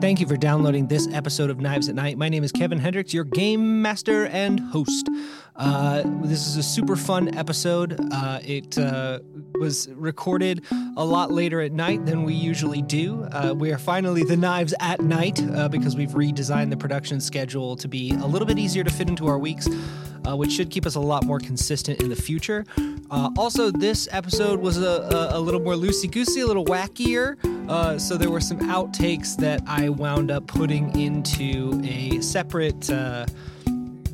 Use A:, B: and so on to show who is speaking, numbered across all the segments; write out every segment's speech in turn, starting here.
A: Thank you for downloading this episode of Knives at Night. My name is Kevin Hendricks, your game master and host. Uh, this is a super fun episode. Uh, it uh, was recorded a lot later at night than we usually do. Uh, we are finally the Knives at Night uh, because we've redesigned the production schedule to be a little bit easier to fit into our weeks uh, which should keep us a lot more consistent in the future. Uh, also, this episode was a, a, a little more loosey goosey, a little wackier. Uh, so there were some outtakes that I wound up putting into a separate. Uh,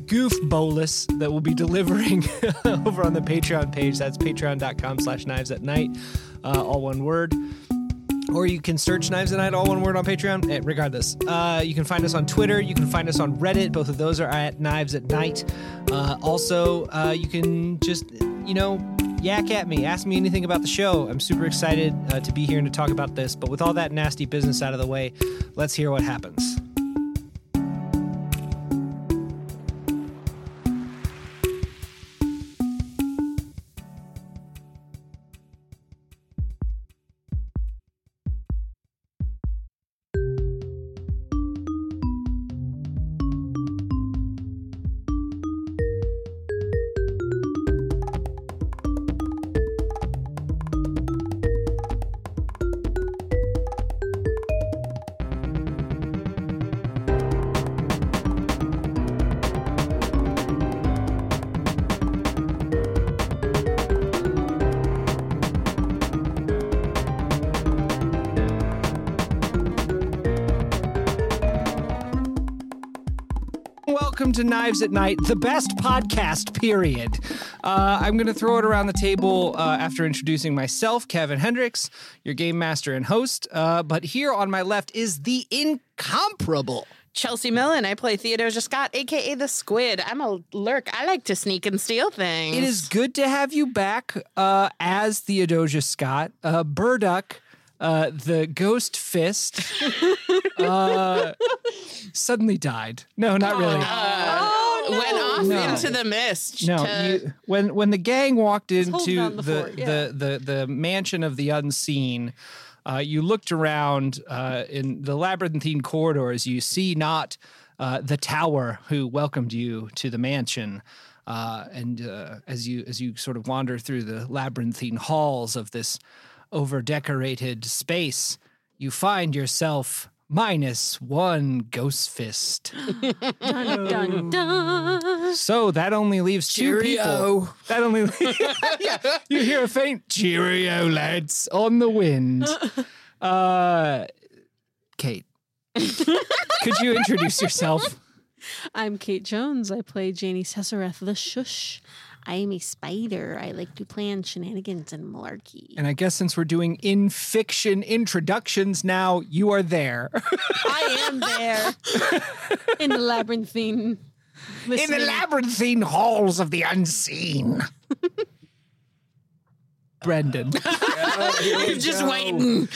A: goof bolus that we'll be delivering over on the patreon page that's patreon.com slash knives at night uh, all one word or you can search Knives at Night, all one word on Patreon. Eh, regardless, uh, you can find us on Twitter. You can find us on Reddit. Both of those are at Knives at Night. Uh, also, uh, you can just, you know, yak at me. Ask me anything about the show. I'm super excited uh, to be here and to talk about this. But with all that nasty business out of the way, let's hear what happens. Welcome to Knives at Night, the best podcast, period. Uh, I'm going to throw it around the table uh, after introducing myself, Kevin Hendricks, your game master and host. Uh, but here on my left is the incomparable.
B: Chelsea Millen. I play Theodosia Scott, aka the Squid. I'm a lurk. I like to sneak and steal things.
A: It is good to have you back uh, as Theodosia Scott, uh, Burdock, uh, the Ghost Fist. uh, suddenly died. No, not really.
C: Oh,
B: Uh, Went off
A: No.
B: into the mist.
A: No,
B: to-
A: you, when when the gang walked
D: holding
A: into
D: down
A: the
D: the
A: the,
D: fort, yeah.
A: the, the mansion of the unseen, uh, you looked around uh, in the labyrinthine corridors. You see not uh, the tower who welcomed you to the mansion. Uh, and uh, as you as you sort of wander through the labyrinthine halls of this overdecorated space, you find yourself minus one ghost fist.
D: Dun, dun, dun.
A: So that only leaves two people. That only yeah, you hear a faint cheerio, lads, on the wind. Uh, Kate, could you introduce yourself?
D: I'm Kate Jones. I play Janie Cesareth, the Shush. I am a spider. I like to plan shenanigans and malarkey.
A: And I guess since we're doing in fiction introductions now, you are there
B: I am there.
D: In the labyrinthine.
A: in the
D: listening-
A: labyrinthine halls of the unseen. Brendan,
E: Oh,
B: I'm just waiting.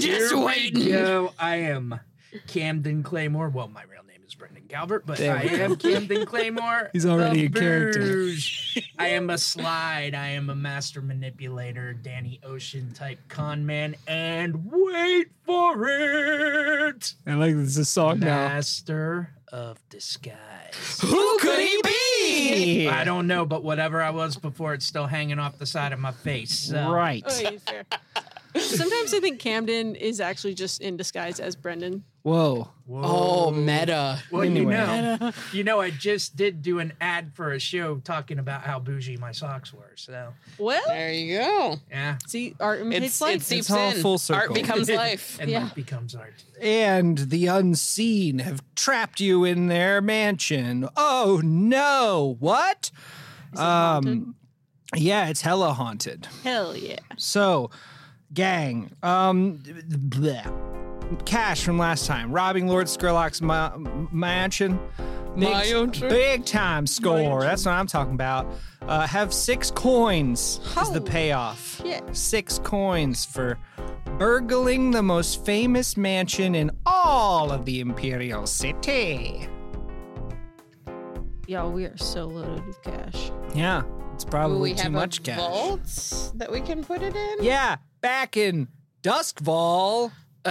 B: Just waiting.
E: Yo, I am Camden Claymore. Well, my real name is Brendan Calvert, but
A: There
E: I
A: we go.
E: am Camden Claymore.
A: He's already
E: of
A: a character.
E: Bruges. I am a slide. I am a master manipulator, Danny Ocean type con man, and wait for it,
A: I like this is a song now.
E: master of disguise.
A: Who could he be?
E: I don't know, but whatever I was before, it's still hanging off the side of my face. So.
A: Right.
D: Oh, yeah, fair. Sometimes I think Camden is actually just in disguise as Brendan.
A: Whoa. Oh,
E: Whoa.
B: meta.
E: Well, you
A: Anyway.
E: know, you know, I just did do an ad for a show talking about how bougie my socks were. So,
D: Well,
B: There you go.
E: yeah,
D: see, art imitates
B: It's,
D: life.
B: it seeps
A: It's all
B: in.
A: full circle.
B: Art becomes life.
E: and
D: Yeah.
E: life becomes art.
A: and the unseen have trapped you in their mansion. Oh no, what? Um yeah, it's hella haunted.
D: Hell yeah.
A: So, gang, um bleh. Cash from last time, robbing Lord Skurlock's ma- mansion. Big,
B: My own trip.
A: big time score. That's what I'm talking about. Uh, have six coins is the
D: Holy
A: payoff.
D: shit.
A: Six coins for burgling the most famous mansion in all of the Imperial City.
D: Y'all, we are so loaded with cash.
A: Yeah, it's
B: Do
A: probably
B: we
A: too
B: have
A: much
B: a
A: cash.
B: vault that we can put it in.
A: Yeah, back in Duskfall.
C: Oh,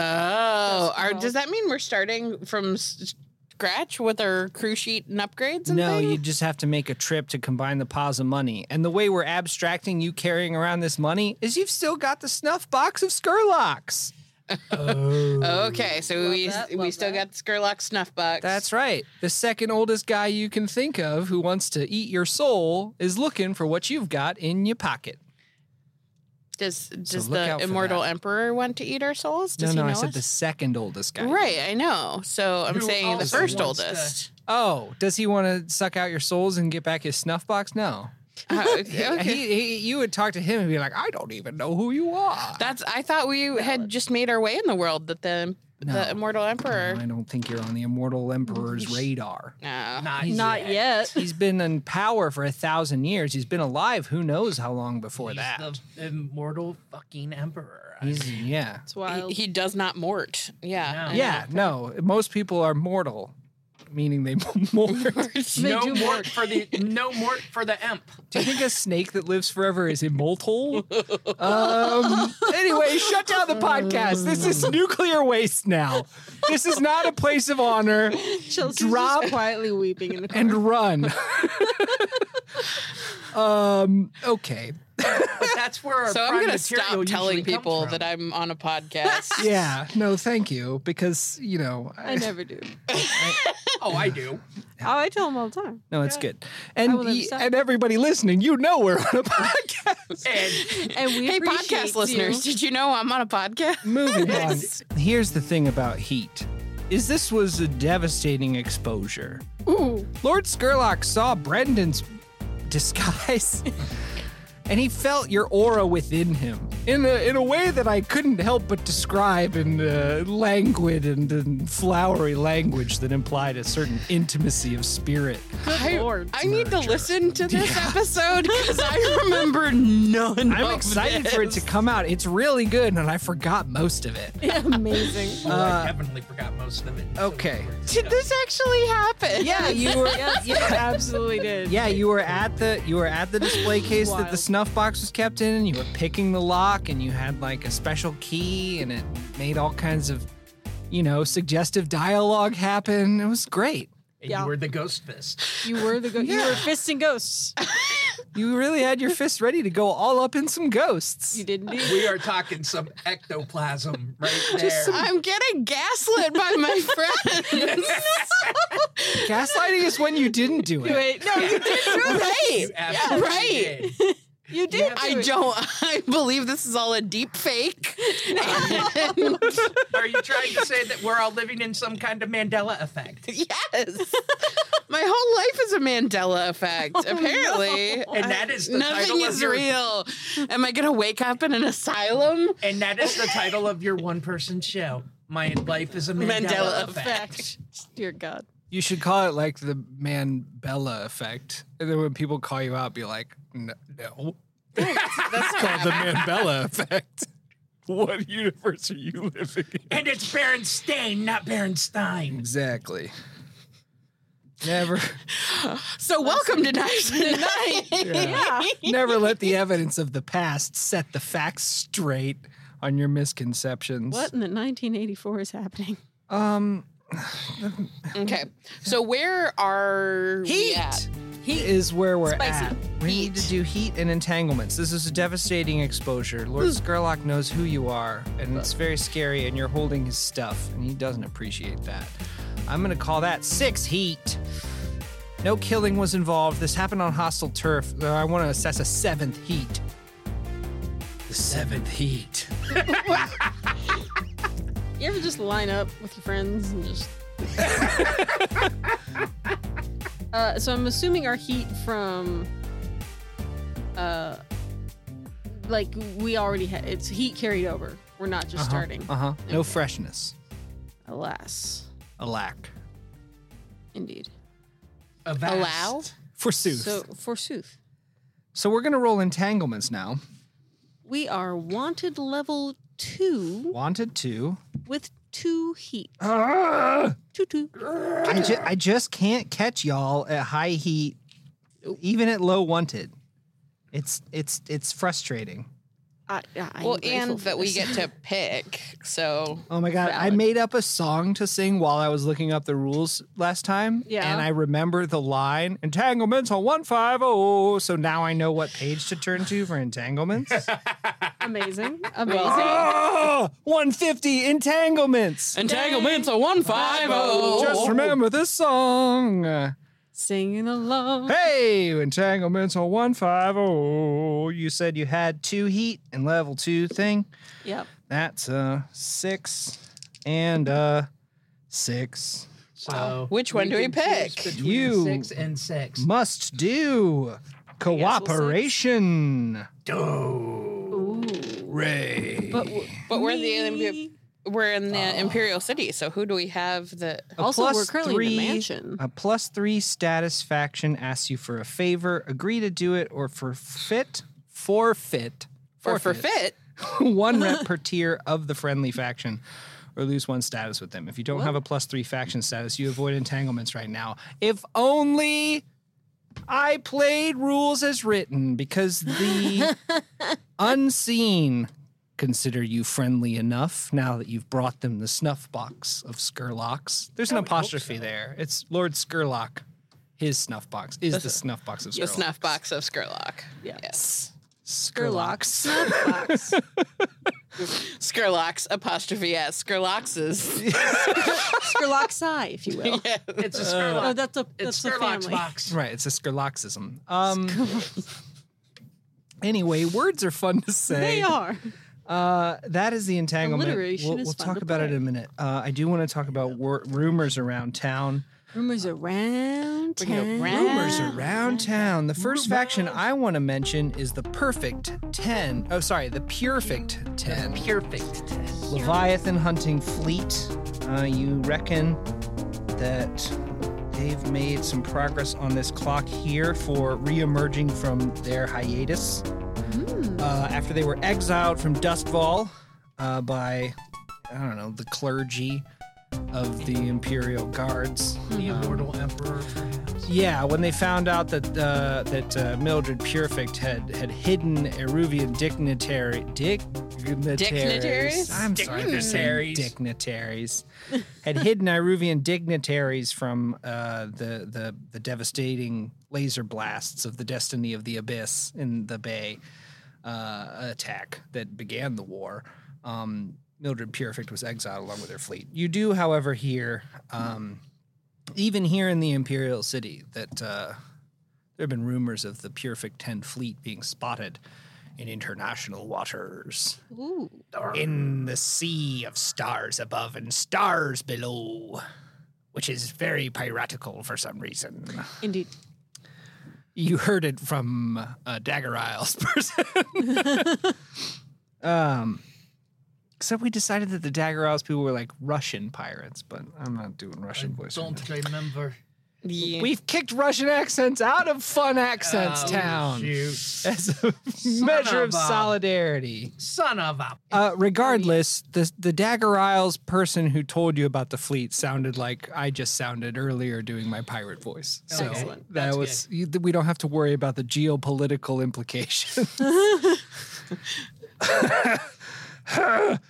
C: are,
D: well.
C: does that mean we're starting from s- scratch with our crew sheet and upgrades and
A: No,
C: things?
A: you just have to make a trip to combine the piles of money. And the way we're abstracting you carrying around this money is you've still got the snuff box of Skurlocks. Oh.
C: Okay, so
D: Love
C: we
D: that,
C: we
D: love
C: still
D: that.
C: got Skurlock snuff box.
A: That's right. The second oldest guy you can think of who wants to eat your soul is looking for what you've got in your pocket.
C: does does
A: look out
C: the
A: for
C: immortal
A: that.
C: emperor want to eat our souls? Does
A: no, no,
C: he
A: I
C: know
A: said
C: us?
A: the second oldest guy.
C: Right, I know. So I'm
E: Who
C: saying the
E: also
C: first
E: wants to-
C: oldest.
A: Oh, does he want to suck out your souls and get back his snuff box? No.
C: Uh,
A: He-
C: okay.
A: He, he, you would talk to him and be like, I don't even know who you are.
C: That's. I thought we had just made our way in the world. That the
A: No.
C: the immortal emperor.
A: I don't think you're on the immortal emperor's radar.
C: No.
E: Not,
D: Not yet.
A: He's been in power for a thousand years. He's been alive who knows how long before
E: He's
A: that.
E: the immortal fucking emperor. I-
A: He's yeah.
D: It's wild.
C: He, he does not mort. Yeah.
E: No.
C: I
A: Yeah, no. Most people are mortal, meaning they mort. Do
D: They
E: no
D: do
E: mort
D: work.
E: for the no mort for the emp.
A: you think a snake that lives forever is immortal? um anyway, shut down the podcast. This is nuclear waste now. This is not a place of honor.
D: Chelsea's
A: drop-
D: just quietly weeping in the corner.
A: And run. um okay.
E: But that's where our
C: So I'm
E: prime
C: gonna
E: material
C: stop telling
E: usually comes
C: people
E: from.
C: that I'm on a podcast.
A: Yeah, no, thank you. Because, you know,
D: I never do.
E: Oh, I do.
D: Oh, I tell him all the time.
A: No, it's good.
D: I
A: And
D: will never
A: y-
D: stop.
A: and everybody listening, you know we're on a podcast.
E: And
D: And we
C: Hey,
D: appreciate
C: podcast listeners,
D: you.
C: did you know I'm on a podcast?
A: Moving on. Here's the thing about heat. Is this was a devastating exposure.
D: Ooh,
A: Lord Skurlock saw Brendan's disguise and he felt your aura within him in a, in a way that I couldn't help but describe in uh, languid and, and flowery language that implied a certain intimacy of spirit.
C: I,
D: Lord.
C: I need to listen to this episode because I remember none.
A: I'm
C: of
A: excited
C: this.
A: for it to come out. It's really good and I forgot most of it.
D: amazing.
A: Uh,
E: oh, I definitely forgot most of it.
A: okay.
C: Did this actually happen?
A: Yeah, you were.
D: yes, you absolutely did.
A: Yeah, you were at the you were at the display case that the
D: Wild.
A: snuff box was kept in, and you were picking the lock, and you had like a special key, and it made all kinds of, you know, suggestive dialogue happen. It was great.
E: And
D: Yeah.
E: you were the ghost fist.
D: You were the go- you were fisting ghosts.
A: You really had your fist ready to go all up in some ghosts.
D: You didn't do.
E: We are talking some ectoplasm right there.
C: I'm getting gaslit by my friends.
A: Gaslighting is when you didn't do it.
D: Wait, no, you did.
C: right.
E: You
C: Yeah,
E: absolutely
C: right.
E: did.
D: You did.
E: Yeah.
C: I don't. I believe this is all a deep fake. And-
E: Are you trying to say that we're all living in some kind of Mandela effect?
C: yes, my whole life is a Mandela effect. apparently,
E: And that is the
C: nothing
E: title of
C: is
E: your-
C: real. Am I gonna wake up in an asylum?
E: And that is the title of your one person show. My life is a Mandela,
C: Mandela
E: effect.
C: effect.
D: Dear God.
A: You should call it like the Mandela effect, and then when people call you out, be like, no. no. That's called the Mandela effect. What universe are you living in?
E: And it's Berenstain, not Berenstein.
A: Exactly. Never,
C: So welcome to Knives Tonight.
D: Yeah.
A: never let the evidence of the past set the facts straight on your misconceptions.
D: What in the 1984 is happening?
A: Um,
C: Okay. So where are
A: heat.
C: we at?
A: Heat is where we're
D: Spicy.
A: at. We need to do heat and entanglements. This is a devastating exposure. Lord Skurlock knows who you are, and it's very scary. And you're holding his stuff, and he doesn't appreciate that. I'm gonna call that six heat. No killing was involved. This happened on hostile turf. Uh, I want to assess a seventh heat. The seventh heat.
D: You ever just line up with your friends and just. uh, so I'm assuming our heat from. Uh, like we already had. It's heat carried over. We're not just starting.
A: Uh huh. No freshness.
D: Alas.
A: Alack.
D: Indeed.
E: Avast.
C: Allow?
A: Forsooth.
D: So,
A: So,
D: forsooth.
A: so we're gonna roll entanglements now.
D: We are wanted level two
A: Wanted to.
D: with two heat.
A: Ah!
D: Two, two.
A: I, ju- I just can't catch y'all at high heat, even at low wanted. It's it's it's frustrating.
D: I, I, I'm
C: well,
D: grateful
C: and
D: for
C: that we
D: this.
C: get to pick. So
A: Oh my god, I
D: Valid.
A: made up a song to sing while I was looking up the rules last time.
D: Yeah.
A: And I remember the line entanglements on 150. So now I know what page to turn to for entanglements.
D: amazing, amazing.
A: Ah, 150 entanglements.
C: entanglements a one five
A: oh. Just
C: zero.
A: remember this song.
D: Singing along.
A: Hey, entanglements on 150. oh. You said you had two heat and level two thing.
D: Yep.
A: That's a six and a six.
E: So
C: Which one do we
E: can choose
C: pick?
E: Between
A: You.
E: six and six.
A: Must do. Cooperation.
E: Doh.
A: Ray.
D: But w-
C: But we're the
D: me-
C: we're in the Imperial City. So who do we have that?
A: A
D: also we're
A: plus
D: currently in
A: three-
D: the mansion.
A: A plus three status faction asks you for a favor, agree to do it, or forfeit. Forfeit.
C: Or for fit?
A: one rep per tier of the friendly faction, or lose one status with them. If you don't have a plus three faction status, you avoid entanglements right now. If only I played rules as written, because the unseen consider you friendly enough now that you've brought them the snuff box of Skurlocks. There's an apostrophe there. It's Lord Skurlock. His snuff box is the snuff box of Skurlock.
C: The snuff box of Skurlock.
D: Yeah.
C: Yes.
A: Skurlocks.
D: Box.
C: Skurlocks apostrophe s Skurlockses.
D: Skurloxi, if you will.
E: It's
C: Uh,
D: Oh,
E: a Skurlock.
D: that's a
E: it's
D: that's a
E: Skurlock's
D: family.
E: box.
A: Right, it's a Skurloxism. Um, anyway, words are fun to say.
D: They are.
A: Uh, that is the entanglement.
D: Alliteration
A: we'll
D: is
A: we'll
D: fun
A: talk
D: to
A: about it in
D: play.
A: a minute. Uh, I do want to talk about wor- rumors around town.
D: Rumors around
C: We can
D: town.
C: go
A: Rumors around town. The first faction I want to mention is the Perfect Ten. Oh, sorry, the Purifict Ten.
E: Perfect.
A: Leviathan hunting fleet. Uh, you reckon that they've made some progress on this clock here for re-emerging from their hiatus uh, after they were exiled from Dustfall uh, by I don't know the clergy of the Imperial Guards.
C: Uh-huh.
E: The immortal emperor, perhaps.
A: Yeah, when they found out that uh, that uh, Mildred Purifict had had hidden Eruvian dignitary dic- dignitaries.
C: Dignitaries?
A: I'm sorry, they're saying
E: Dignitaries.
A: dignitaries. had hidden Iruvian dignitaries from uh, the the the devastating laser blasts of the Destiny of the Abyss in the Bay uh, attack that began the war. Um, Mildred Purifict was exiled along with her fleet. You do, however, hear, um, even here in the Imperial City, that uh, there have been rumors of the Purifict 10 fleet being spotted in international waters,
D: Ooh.
A: in the sea of stars above and stars below, which is very piratical for some reason.
D: Indeed.
A: You heard it from a Dagger Isles person. um, except we decided that the Dagger Isles people were like Russian pirates, but I'm not doing Russian voice. right
E: Don't remember.
A: now. We've kicked Russian accents out of Fun Accents
E: Oh,
A: Town
E: shoot.
A: as a measure of,
E: of a-
A: solidarity.
E: Son of a.
A: Uh, regardless, the the Dagger Isles person who told you about the fleet sounded like I just sounded earlier doing my pirate voice. So
E: Oh, Excellent.
A: that
E: That's
A: was you, we don't have to worry about the geopolitical implications.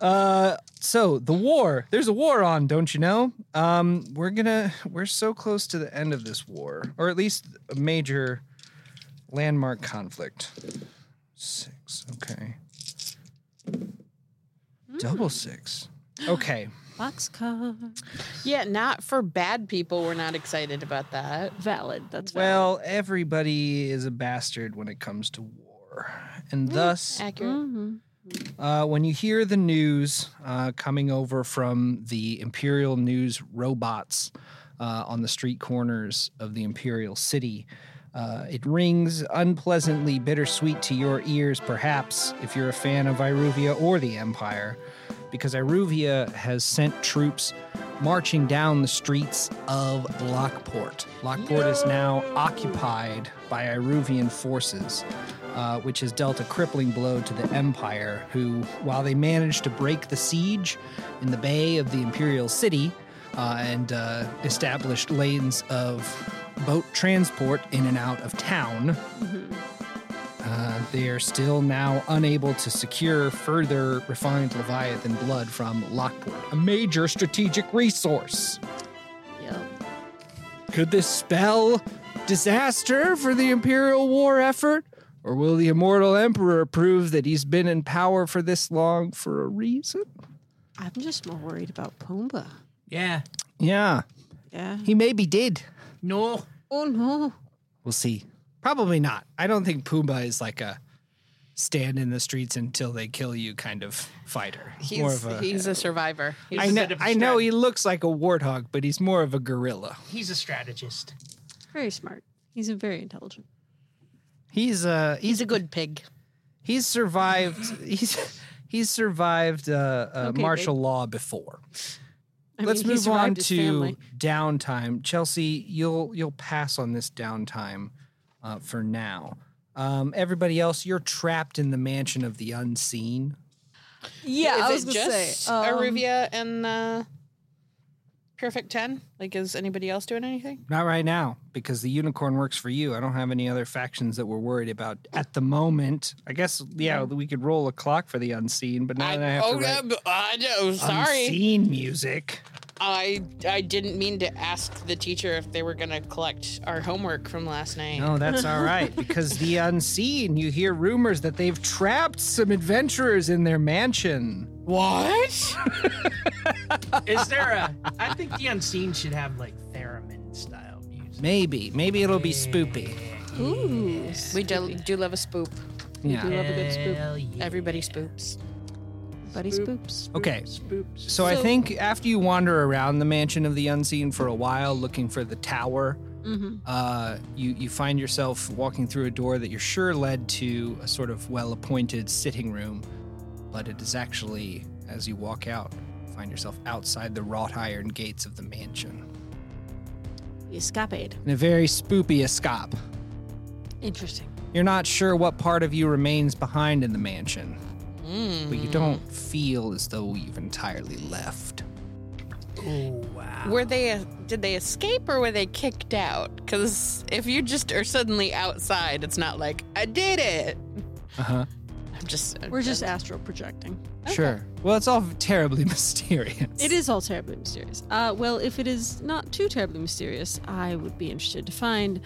A: Uh, so the war, there's a war on, don't you know? Um, we're gonna, we're so close to the end of this war, or at least a major landmark conflict. Six, okay. Double six. Okay.
D: Boxcar.
C: Yeah, not for bad people. We're not excited about that.
D: Valid. That's valid.
A: Well, everybody is a bastard when it comes to war, and thus
C: Accurate.
D: Mhm.
A: Uh, when you hear the news uh, coming over from the Imperial news robots uh, on the street corners of the Imperial city, uh, it rings unpleasantly bittersweet to your ears, perhaps, if you're a fan of Iruvia or the Empire, because Iruvia has sent troops marching down the streets of Lockport. Lockport is now occupied by Iruvian forces uh, which has dealt a crippling blow to the Empire, who, while they managed to break the siege in the bay of the Imperial City uh, and uh, established lanes of boat transport in and out of town, uh, They are still now unable to secure further refined Leviathan blood from Lockport, a major strategic resource.
D: Yeah.
A: Could this spell disaster for the Imperial war effort? Or will the immortal emperor prove that he's been in power for this long for a reason?
D: I'm just more worried about Pumbaa.
E: Yeah.
A: Yeah,
D: Yeah.
A: he maybe did.
E: No.
D: Oh no.
A: We'll see. Probably not. I don't think Pumbaa is like a stand in the streets until they kill you kind of fighter. He's, more
B: He's,
A: of a,
B: he's a survivor. He's
A: I
E: a
A: know,
E: bit of a
A: I know
E: strat-
A: he looks like a warthog, but he's more of a gorilla.
E: He's a strategist.
D: Very smart. He's a very intelligent.
A: He's uh he's
B: he's a good pig.
A: he's survived he's he's survived uh, uh,
D: Okay,
A: martial law before.
D: I
A: Let's
D: mean, he
A: move on
D: survived his
A: to
D: family.
A: downtime. Chelsea, you'll you'll pass on this downtime uh, for now. Um, everybody else, you're trapped in the mansion of the unseen.
D: Yeah, I
B: Is
D: was
B: it
D: gonna
B: just
D: say. um,
B: Aruvia and uh, Perfect Ten? Like, is anybody else doing anything?
A: Not right now, because the unicorn works for you. I don't have any other factions that we're worried about at the moment. I guess, yeah, we could roll a clock for the unseen, but now that I have
C: oh,
A: to write
B: uh, I know,
A: unseen music.
B: I I didn't mean to ask the teacher if they were gonna collect our homework from last night.
A: No, Oh, that's all right, because the unseen, you hear rumors that they've trapped some adventurers in their mansion.
B: What?
E: Is there a? I think the unseen should have like theremin style music.
A: Maybe, maybe it'll be spoopy.
D: Ooh.
B: we do, do love a spoop.
D: We
A: Yeah.
D: do love a good spoop.
E: Hell yeah.
B: Everybody spoops.
D: Buddy spoops.
A: Okay.
E: Spoops.
A: So I
D: So-
A: think after you wander around the mansion of the unseen for a while looking for the tower,
D: Mm-hmm.
A: uh, you, you find yourself walking through a door that you're sure led to a sort of well appointed sitting room, but it is actually, as you walk out, find yourself outside the wrought iron gates of the mansion.
D: You escapade.
A: In a very spoopy escape.
D: Interesting.
A: You're not sure what part of you remains behind in the mansion,
B: Mm.
A: but you don't
D: Hmm.
A: feel as though you've entirely left.
E: Oh wow.
B: Were they? Did they escape or were they kicked out? Because if you just are suddenly outside, it's not like I did it.
A: Uh huh.
B: I'm just. uh,
D: We're just astral projecting.
A: Sure. Well, it's all terribly mysterious.
D: It is all terribly mysterious. Uh, well, if it is not too terribly mysterious, I would be interested to find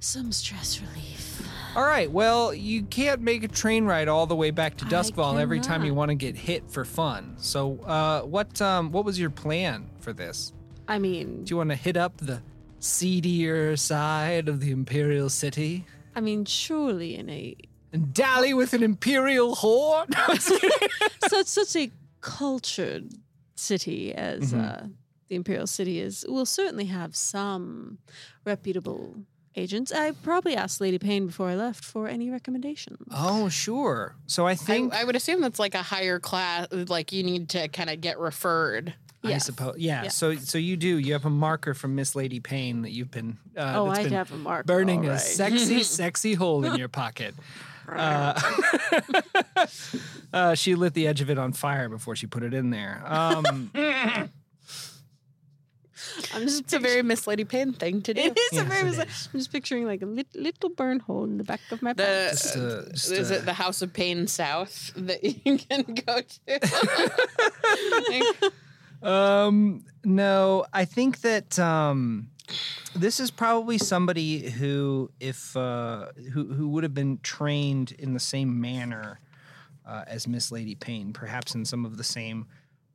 D: some stress relief.
A: All right. Well, you can't make a train ride all the way back to
D: I
A: Duskfall every time you
D: cannot.
A: want to get hit for fun. So, uh, what um, what was your plan for this?
D: I mean,
A: Do you want to hit up the seedier side of the Imperial City
D: I mean, surely in a
A: and dally with an Imperial horde? No, I'm just kidding.
D: such such a cultured city as
A: Mhm.
D: uh, the Imperial City is, will certainly have some reputable agents. I probably asked Lady Payne before I left for any recommendations.
A: oh, sure. So I
B: I,
A: think I,
B: I would assume that's like a higher class. Like you need to kind of get referred.
D: yes.
A: suppose. Yeah,
D: Yeah.
A: So so you do. You have a marker from Miss Lady Payne that you've been. Uh,
D: oh,
A: that's
D: I
A: been
D: have a mark.
A: burning
D: all
A: a
D: right.
A: sexy, sexy hole in your pocket. Uh, uh, she lit the edge of it on fire before she put it in there. Um,
D: I'm just
B: It's a very Miss Lady Payne thing to do.
D: It is
A: Yes,
D: a very.
A: it
D: bizarre-
A: is.
D: I'm just picturing like a lit, little burn hole in the back of my
B: The- uh,
D: pants.
A: just a- just uh,
B: is
A: a-
B: it the House of Pain South that you can go to?
A: Um, no, I think that um, this is probably somebody who, if uh, who who would have been trained in the same manner uh, as Miss Lady Payne, perhaps in some of the same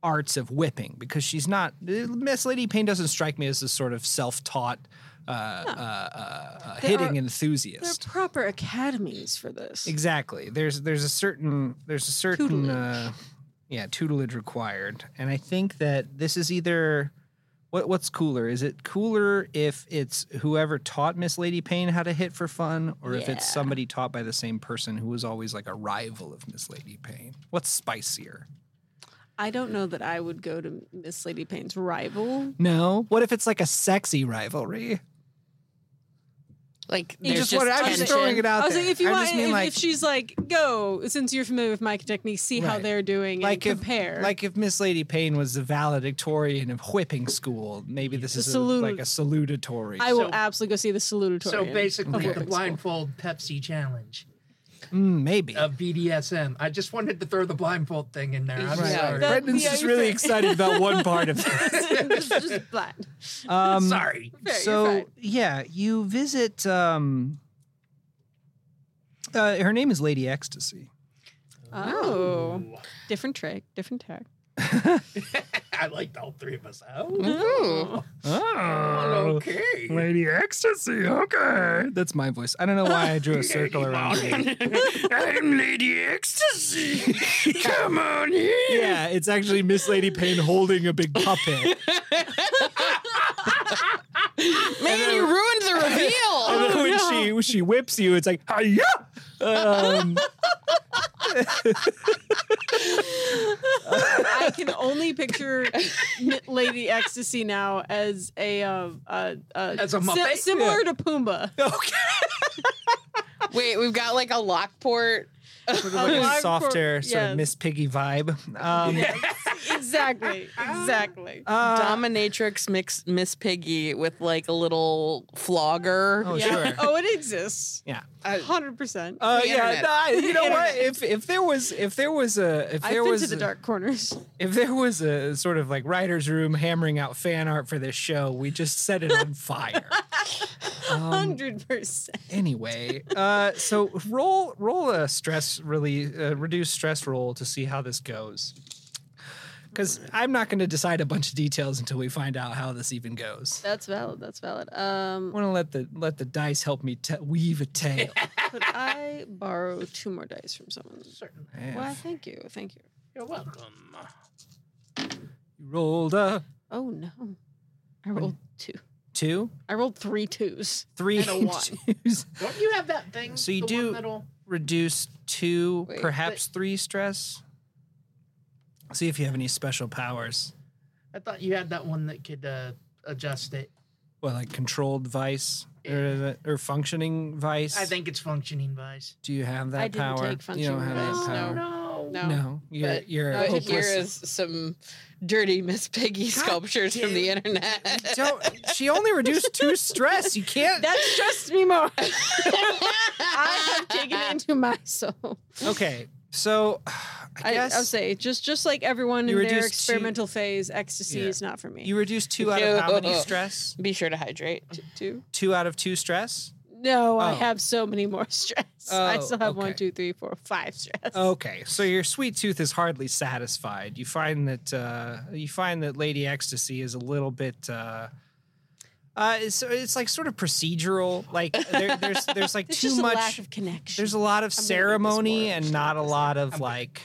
A: arts of whipping, because she's not uh, Miss Lady Payne doesn't strike me as a sort of self-taught uh, uh, uh, uh,
D: There
A: hitting
D: are- There are
A: enthusiast.
D: proper academies for this.
A: Exactly. There's there's a certain there's a certain
D: Tutelage.
A: uh, yeah tutelage required, and I think that this is either what what's cooler? Is it cooler if it's whoever taught Miss Lady Payne how to hit for fun, or if it's
D: Yeah.
A: somebody taught by the same person who was always like a rival of Miss Lady Payne? What's spicier?
D: I don't know that I would go to Miss Lady Payne's rival.
A: No. What if it's like a sexy rivalry?
B: like
A: You
B: there's just,
A: wanna- I'm just throwing
B: tension.
A: it out
D: I was
A: there.
D: like, if you
A: I
D: want,
A: just mean
D: if,
A: like
D: if she's like, go since you're familiar with my technique, see how
A: Right.
D: they're doing,
A: Like
D: and
A: if-
D: compare.
A: Like if Miss Lady Payne was the valedictorian of whipping school, maybe this
D: The
A: is a,
D: salut-
A: like a salutatory.
D: I will
E: so-
D: absolutely go see the salutatorian.
E: So basically,
D: Okay.
E: the blindfold Pepsi challenge.
A: Mm, maybe.
E: of BDSM. I just wanted to throw the blindfold thing in there. I'm
A: Right.
D: That-
E: sorry.
A: Brendan's
D: yeah,
A: just
D: you
A: really
D: said-
A: excited about one part of this.
D: It's just flat.
A: Um,
E: sorry.
D: Fair, you're
A: so
D: fine.
A: yeah, you visit. Um, uh, her name is Lady Ecstasy.
D: Oh, different trick, different tack.
E: I liked all three of us. Oh,
B: Ooh.
A: Oh,
E: okay.
A: Lady Ecstasy. Okay, that's my voice. I don't know why I drew a circle around. it.
E: I'm Lady Ecstasy. Come on in.
A: Yeah, it's actually Miss Lady Payne holding a big puppet.
B: Man, you ruined the reveal.
A: And then when she when she whips you, it's like hiya. Um,
D: I can only picture N- Lady Ecstasy now as a uh, uh, uh,
E: As a Muppet?
D: similar to Pumbaa.
A: okay.
B: Wait, we've got like a Lockport.
A: Sort of like a
D: Alive
A: softer
D: for-
A: sort of
D: yes.
A: Miss Piggy vibe. Um,
D: exactly, exactly.
A: uh,
B: Dominatrix mix Miss Piggy with like a little flogger.
A: oh
D: yeah.
A: sure.
D: Oh, it exists.
A: Yeah.
D: hundred percent.
A: Uh,
B: The
A: yeah,
B: internet.
A: no, I- you know what? If if there was if there was a if
D: I've
A: there
D: been to
A: was
D: the
A: a-
D: dark corners.
A: if there was a sort of like writers' room hammering out fan art for this show, we just set it on fire. Um,
D: Hundred percent.
A: anyway, uh, so roll roll a stress really uh, reduce stress roll to see how this goes. Because I'm not going to decide a bunch of details until we find out how this even goes.
D: That's valid. That's valid.
A: I
D: Um,
A: want to let the let the dice help me te- weave a tale.
D: could I borrow two more dice from someone?
E: Certainly.
D: Well,
A: Yeah.
D: thank you, thank you.
E: You're welcome.
A: You rolled a
D: Oh no, I rolled two.
A: two,
D: I rolled three twos.
A: three,
D: And a one.
A: twos.
E: Don't you have that thing?
A: So you
E: the
A: do-
E: One that'll-
A: reduce two,
B: Wait,
A: perhaps three stress. See if you have any special powers.
E: I thought you had that one that could uh, adjust it.
A: Well, like controlled vice or, or functioning vice.
E: I think it's functioning vice. Oh,
A: Do you have that
D: I didn't
A: power? you
D: take
A: don't
D: functioning
A: have
D: vice,
A: that power.
E: no.
D: No. Uh,
A: you're
B: But-
A: you're
B: But
A: hopeless.
B: here is some dirty Miss Piggy sculptures from the internet.
A: Don't- she only reduced two stress. You can't.
D: That stressed me more. I have taken it into my soul.
A: okay, so I
D: I,
A: guess
D: I'll say just just like everyone
A: You
D: in
A: were
D: their
A: just
D: experimental phase, ecstasy
A: Yeah.
D: is not for me.
A: you reduced two out of how many
B: No.
A: stress?
B: Be sure to hydrate.
D: do?
A: Two out of two stress.
D: No, I
A: Oh.
D: have so many more stress. I
A: Oh,
D: still have one,
A: okay. Oh,
D: two, three, four, five stress.
A: Okay, so your sweet tooth is hardly satisfied. You find that uh, you find that Lady Ecstasy is a little bit. Uh, uh, it's, it's like sort of procedural. Like there, there's there's like
D: There's
A: too
D: just a
A: much.
D: lack of connection.
A: there's a lot of
D: I'm gonna read this
A: ceremony
D: more,
A: and
D: actually,
A: not a
D: this
A: lot of
E: I'm gonna-
A: like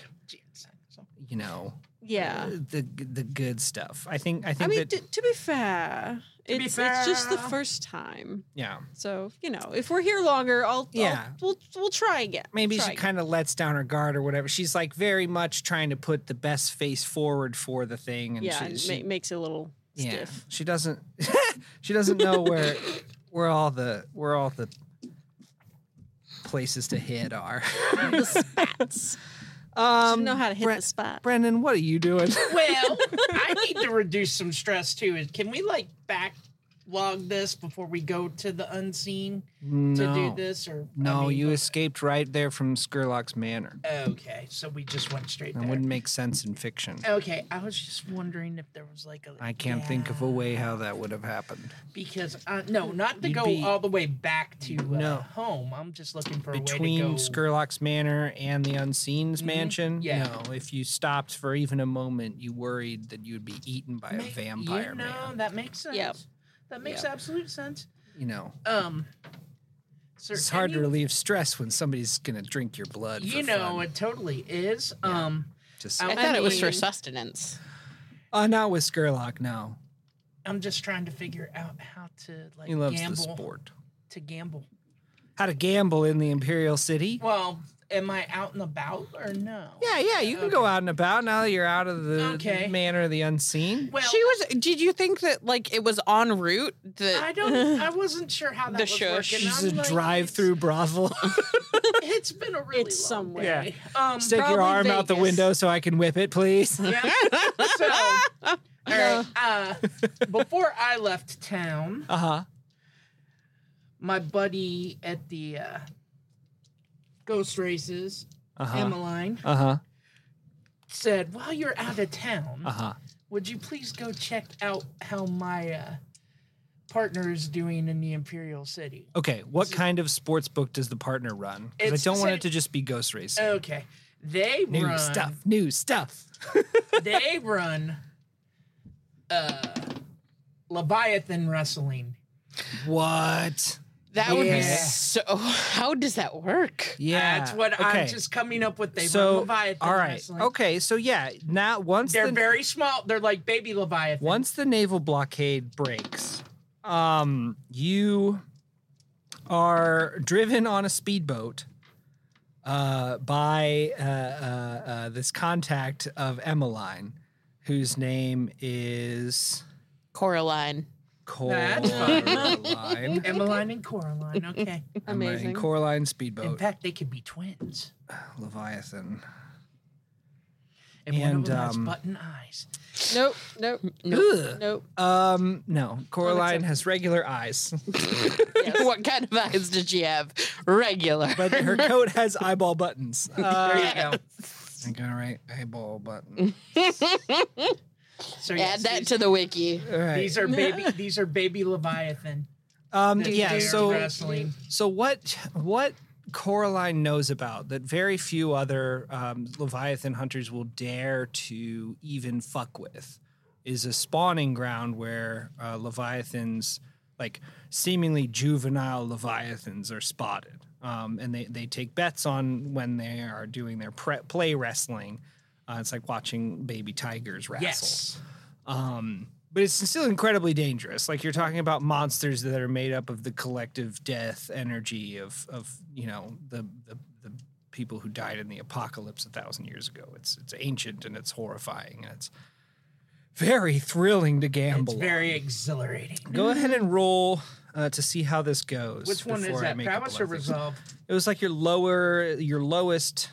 A: you know uh,
D: yeah.
A: the the good stuff. I think I think
D: I mean,
A: that
D: t- to be fair,
E: be
D: it's, it's just the
E: fair.
D: first time.
A: yeah
D: So, you know, if we're here longer, I'll,
A: Yeah.
D: I'll we'll, we'll try again.
A: maybe
D: Try
A: she
D: again.
A: kind of lets down her guard or whatever. She's like very much trying to put the best face forward for the thing, and
D: yeah,
A: she,
D: it
A: she-
D: ma- makes it a little
A: yeah,
D: stiff.
A: she doesn't she doesn't know where where all the where all the places to hit are.
D: the spats.
A: Um,
D: Didn't know how to hit
A: Brent-
D: the spot.
A: Brendan, what are you doing?
E: Well, I need to reduce some stress too. Can we like backlog this before we go to the unseen
A: no,
E: to do this? Or I
A: no,
E: mean,
A: you
E: but-
A: escaped right there from Skurlock's manor.
E: Okay, so we just went straight
A: That
E: there. Oh,
A: wouldn't make sense in fiction.
E: Okay, I was just wondering if there was like a.
A: I can't think of a
E: Yeah,
A: way how that would have happened.
E: because uh, no, not to
A: You'd
E: go
A: be-
E: all the way back to uh,
A: No.
E: home. I'm just looking for a way to
A: Between
E: go. Mm-hmm.
A: Skurlock's Manor and the Unseen's mansion,
E: Yeah.
A: no. If you stopped for even a moment, you worried that you'd be eaten by
E: Ma-
A: a vampire
E: You know,
A: man.
E: that makes sense.
D: Yep.
E: That makes absolute sense.
A: You know,
E: Um, sir,
A: it's hard to
E: any-
A: relieve stress when somebody's gonna drink your blood. for
E: You know,
A: fun.
E: it totally is.
A: Yeah.
E: Um,
A: just
B: I
A: uh,
E: I
B: thought it was for
D: mean-
B: sustenance.
A: not with Skurlock. No,
E: I'm just trying to figure out how to like
A: he loves the
E: gamble
A: sport.
E: to gamble.
A: How to gamble in the Imperial City?
E: Well, am I out and about or no?
A: yeah, yeah, you can go out and about now that you're out of the
E: Okay.
A: manor of the unseen.
E: Well,
B: she was. Did you think that like it was en route? That
E: I don't. I wasn't sure how that
B: The
E: was
B: shush.
E: working.
A: She's
E: I'm
A: a
E: like,
A: drive-through brothel.
E: it's- It's been a really
D: It's
E: long
D: somewhere.
A: Yeah.
E: day. Um,
A: Stick your
D: Probably
A: arm out the
D: Vegas.
A: window so I can whip it, please.
E: yeah. so, all right. Uh, before I left town,
A: Uh-huh, Uh huh.
E: my buddy at the uh, Ghost Races,
A: Uh huh.
E: Emmeline,
A: Uh huh.
E: said, while you're out of town,
A: Uh huh.
E: would you please go check out how my uh, partner is doing in the Imperial City?
A: Okay. What kind of sports book does the partner run? Because
E: It's
A: I don't want
E: say-
A: it to just be ghost racing.
E: Okay. They
A: new
E: run
A: stuff. New stuff.
E: they run uh Leviathan wrestling.
A: What?
B: That would be
E: Yeah.
B: so. How does that work?
A: Yeah.
E: That's what
A: okay.
E: I'm just coming up with. They
A: so
E: run Leviathan
A: all right.
E: wrestling.
A: Okay. So yeah. Now once
E: They're
A: the
E: very small. They're like baby Leviathan.
A: once the naval blockade breaks, um, you are driven on a speedboat uh, by uh, uh, uh, this contact of Emmeline, whose name is
B: Coraline.
E: That's
A: Coraline.
E: Emmeline and Coraline. Okay.
D: Amazing.
A: Coraline
E: In
A: speedboat.
E: fact, they could be twins.
A: Leviathan.
E: And, one
A: And,
E: of them has
A: um,
E: button eyes.
D: Nope, nope,
A: Ugh.
D: nope.
A: Um, no, Coraline has regular eyes,
B: What kind of eyes did she have? Regular.
A: but her coat has eyeball buttons. Uh,
E: There you go.
A: I'm gonna write eyeball button.
E: So
B: Add
E: yes,
B: that
E: these,
B: to the wiki.
A: All right.
E: these are baby. These are baby Leviathan.
A: um,
E: that
A: yeah.
E: they're
A: So
E: wrestling.
A: So what what Coraline knows about that very few other um, Leviathan hunters will dare to even fuck with is a spawning ground where uh, Leviathans, like seemingly juvenile Leviathans, are spotted. Um, and they, they take bets on when they are doing their pre- play wrestling. Uh, it's like watching baby tigers wrestle.
E: Yes.
A: Um, but it's still incredibly dangerous. Like you're talking about monsters that are made up of the collective death energy of of you know the the, the people who died in the apocalypse a thousand years ago. It's it's ancient and it's horrifying and it's very thrilling to gamble.
E: It's
A: on.
E: very exhilarating.
A: Go ahead and roll uh, to see how this goes.
E: Which one is
A: before I
E: that?
A: make up a
E: Prowess
A: lot
E: or
A: of things.
E: resolve?
A: It was like your lower, your lowest,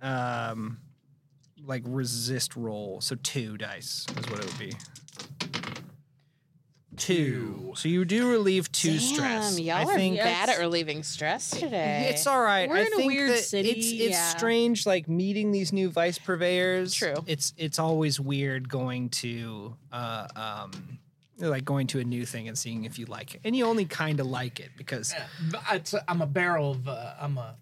A: um, like resist roll. So two dice is what it would be. Two. So you do relieve two stress.
B: Damn, y'all
A: I
B: are
A: think
B: bad
D: that's-
B: at relieving stress today.
A: it's all right.
D: We're
A: I
D: in a
A: think
D: weird
A: that
D: city,
A: It's it's
D: yeah.
A: strange, like meeting these new vice purveyors.
B: True.
A: It's it's always weird going to uh um like going to a new thing and seeing if you like it, and you only kind of like it because
E: Yeah, but Uh, it's, I'm a barrel of. Uh, I'm a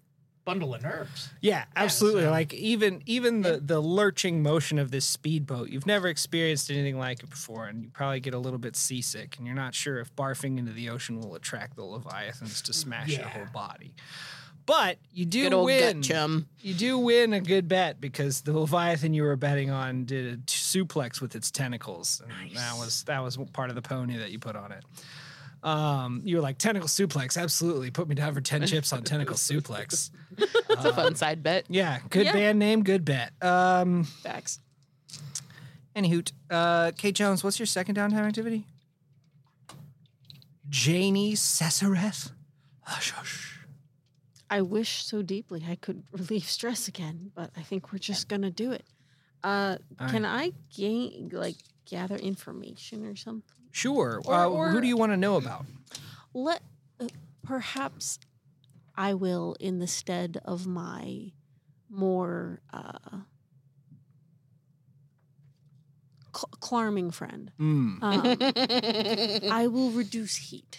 E: bundle of herbs.
A: Yeah, absolutely.
E: so-
A: Like even even the the lurching motion of this speedboat, you've never experienced anything like it before, and you probably get a little bit seasick, and you're not sure if barfing into the ocean will attract the leviathans to smash your
E: Yeah.
A: whole body. But you do
B: Good old
A: win.
B: gut chum.
A: You do win a good bet because the leviathan you were betting on did a t- suplex with its tentacles, and that was that was part of the pony that you put on it. Um, you were like tentacle suplex, absolutely. Put me down for ten chips on tentacle suplex.
B: It's a fun side bet.
A: Yeah, good
D: Yeah.
A: band name, good bet. Um,
B: Facts.
A: anywho, uh, Kate Jones, what's your second downtown activity? Janie Cesareth. Hush, hush.
D: I wish so deeply I could relieve stress again, but I think we're just gonna do it. Uh,
A: All
D: can I gain like gather information or something?
A: Sure.
D: Or-
A: uh, who
D: or-
A: do you want to know about?
D: Let uh, perhaps I will in the stead of my more uh, cl- clarming friend.
A: Mm,
D: Um, I will reduce heat.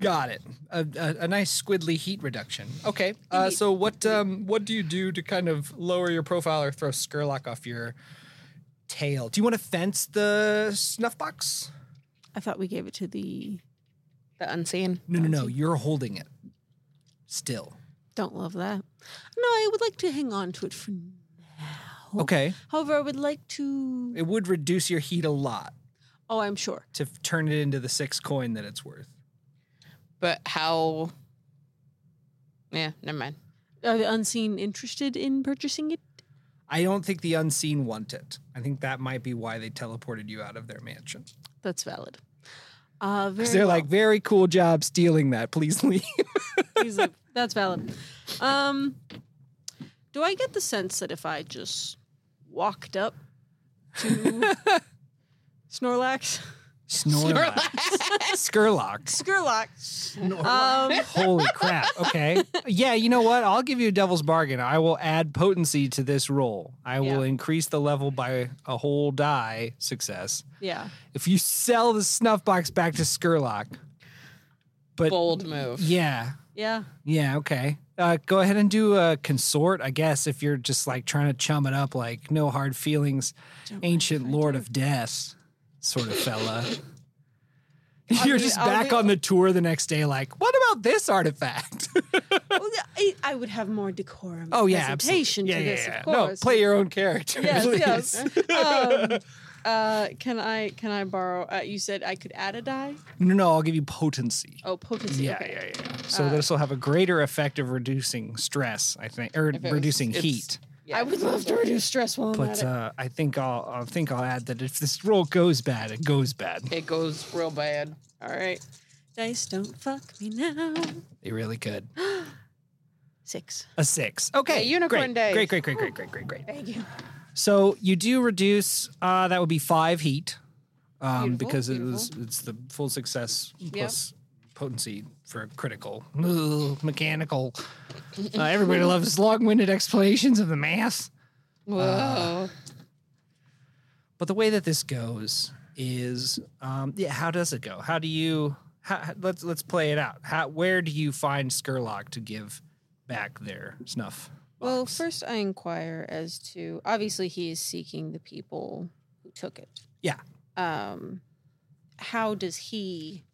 A: got it. A, a, a nice squiddly heat reduction. Okay. Uh,
D: Indeed.
A: so what um, what do you do to kind of lower your profile or throw Skurlock off your tail? Do you want to fence the snuff box?
D: I thought we gave it to the.
B: The unseen.
A: No, no, no. You're holding it. Still.
D: Don't love that. No, I would like to hang on to it for now.
A: Okay.
D: However, I would like to.
A: It would reduce your heat a lot
D: Oh, I'm sure.
A: to f- turn it into the six coin that it's worth.
B: But how? Yeah, never mind.
D: Are the unseen interested in purchasing it?
A: I don't think the unseen want it. I think that might be why they teleported you out of their mansion.
D: That's valid. Uh, very
A: Because they're
D: well.
A: like, very cool job stealing that. Please leave.
D: He's like, that's valid. Um, do I get the sense that if I just walked up to Snorlax
A: Snorlax. Skurlox.
D: Skurlock.
E: Snorlax.
D: Um,
A: Holy crap. Okay. Yeah, you know what? I'll give you a devil's bargain. I will add potency to this roll. I will increase the level by a whole die success.
D: yeah.
A: If you sell the snuff box back to Skurlock. But
C: Bold move.
A: yeah.
D: Yeah.
A: Yeah, okay. Uh, go ahead and do a consort, I guess, if you're just like trying to chum it up, like no hard feelings, ancient lord of death sort of fella. you're
D: do-
A: just
D: I'll
A: back
D: do-
A: on the tour the next day, like, what about this artifact?
D: Well, yeah, I, I would have more decorum.
A: oh,
D: and
A: yeah,
D: presentation
A: absolutely. Yeah,
D: to
A: yeah,
D: this,
A: yeah.
D: of course.
A: No, play your own character.
D: Yes,
A: please.
D: yes. um, uh, can I can I borrow? Uh, you said I could add a die.
A: No, no, I'll give you potency.
D: Oh, potency.
A: Yeah,
D: okay.
A: yeah, yeah. So
D: Uh,
A: this will have a greater effect of reducing stress, I think, or
C: was-
A: reducing
C: it's-
A: heat.
C: Yeah.
D: I would love to reduce stress while I'm at
A: But
D: it.
A: uh, I think I'll, I think I'll add that if this roll goes bad, it goes bad.
C: It goes real bad.
D: All right, dice don't fuck me now.
A: It really could.
D: Six.
A: A six. Okay.
C: Yeah,
A: great.
C: unicorn days.
A: Great, great, great, great, great, great, great.
D: Thank you.
A: So you do reduce. Uh, that would be five heat, um,
C: Beautiful,
A: because it was it's the full success plus potency for a critical Ugh, mechanical. Uh, everybody loves long-winded explanations of the math.
C: Whoa.
A: But the way that this goes is, um, yeah. How does it go? How do you? How, how- let's let's play it out. How, where do you find Skurlock to give back their snuff?
D: Well,
A: box?
D: first I inquire as to obviously he is seeking the people who took it.
A: Yeah.
D: Um, how does he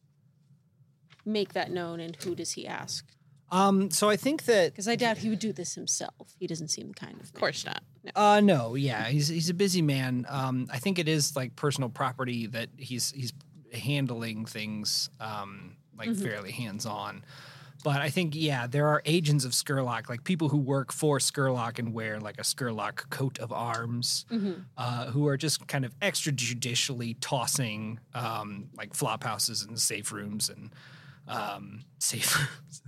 D: make that known, and who does he ask?
A: Um, so I think that
D: Because I doubt he would do this himself. He doesn't seem the kind of.
C: Of course not.
A: Uh, no, yeah, he's he's a busy man. Um, I think it is like personal property that he's he's handling things um, like
C: Mm-hmm.
D: Mhm.
A: fairly hands on. But I think yeah, there are agents of Skurlock, like people who work for Skurlock and wear like a Skurlock coat of arms,
C: Mm-hmm.
D: Mhm.
A: uh, who are just kind of extrajudicially tossing um, like flop houses and safe rooms and um, safe rooms.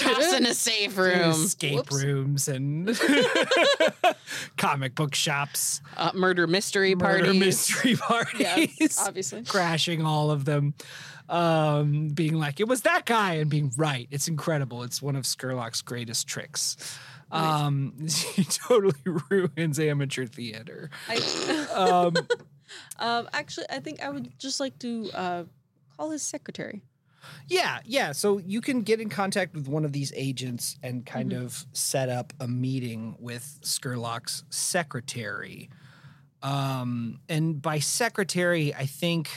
C: Toss in a safe room.
A: escape
C: Whoops.
A: rooms and comic book shops,
C: Uh, murder mystery
A: murder
C: party.
A: mystery parties,
D: obviously.
A: crashing all of them, um, being like, it was that guy, and being right. It's incredible. It's one of Skurlock's greatest tricks. Um, he totally ruins amateur theater.
D: I,
A: Um,
D: Um, actually, I think I would just like to uh, call his secretary.
A: Yeah, yeah. So you can get in contact with one of these agents and kind of set up a meeting with Skurlock's secretary. Um, and by secretary, I think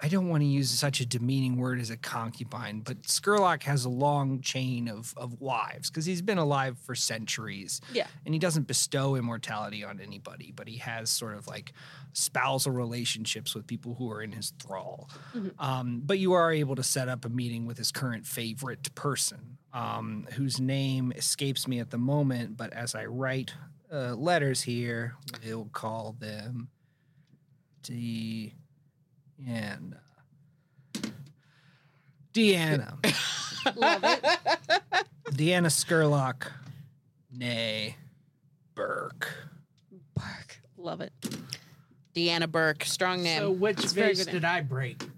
A: I don't want to use such a demeaning word as a concubine, but Skurlock has a long chain of of wives because he's been alive for centuries.
D: Yeah.
A: and he doesn't bestow immortality on anybody, but he has sort of like spousal relationships with people who are in his thrall. Um, but you are able to set up a meeting with his current favorite person, um, whose name escapes me at the moment. But as I write uh, letters here, we'll call them D and Deanna.
D: Love it.
A: Deanna Skurlock, nay, Burke.
D: Bark. Love it.
C: Deanna Burke, strong name.
E: So which
D: very
E: vase
D: good.
E: did I break?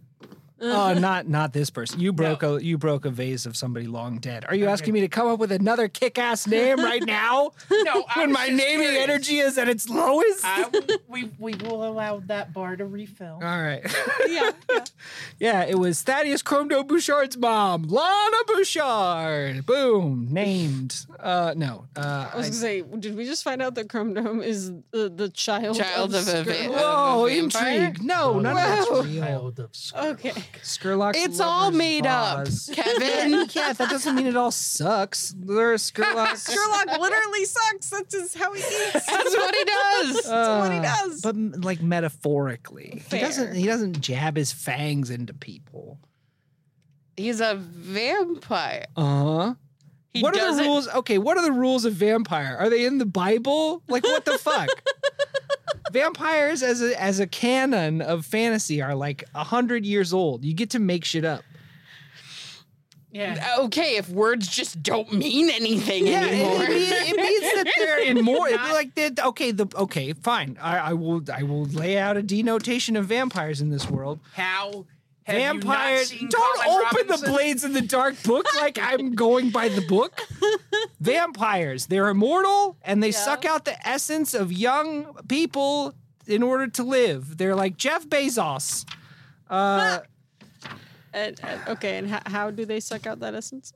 A: Oh, not not this person. You broke a you broke a vase of somebody long dead. Are you
E: Okay.
A: asking me to come up with another kick ass name right now?
E: No, I
A: when
E: was
A: my
E: just
A: naming
E: curious.
A: energy is at its lowest.
E: I, we we will allow that bar to refill.
A: All right.
D: yeah. yeah.
A: yeah, it was Thaddeus Cromdo Bouchard's mom, Lana Bouchard. Boom, named. Uh, no. Uh,
D: I was
A: I-
D: gonna say, did we just find out that Chrome Dome is the, the child,
C: Child of a
D: Skir-
C: va-
A: whoa,
C: a vampire?
A: intrigue. No, Oh, none of
E: Well,
A: that's real.
E: Child of Scar-
D: Okay.
A: Skurlock.
C: It's all made up, Kevin.
A: yeah, that doesn't mean it all sucks. There are Skurlocks.
D: Sherlock literally sucks. That's just how he eats.
C: That's what he does.
D: what he
A: Uh,
D: does.
A: But m- like metaphorically,
D: Fair.
A: he doesn't. He doesn't jab his fangs into people.
C: He's a vampire.
A: Uh huh.
C: He
A: what are the
C: doesn't-
A: rules? Okay, what are the rules of vampire? Are they in the Bible? Like what the fuck? Vampires as a as a canon of fantasy are like a hundred years old. You get to make shit up.
E: Yeah.
B: Okay, if words just don't mean anything
A: Yeah,
B: anymore.
A: it, it, mean- it means that they're in more it'd be like that. Okay, the okay, fine. I, I will I will lay out a denotation of vampires in this world.
E: How have you not
A: Vampires.
E: seen
A: Don't
E: Colin
A: open
E: Robinson?
A: the Blades in the Dark book like I'm going by the book. Vampires. They're immortal and they suck out the essence of young people in order to live. They're like Jeff Bezos. Uh,
D: And, and- okay, and how, how do they suck out that essence?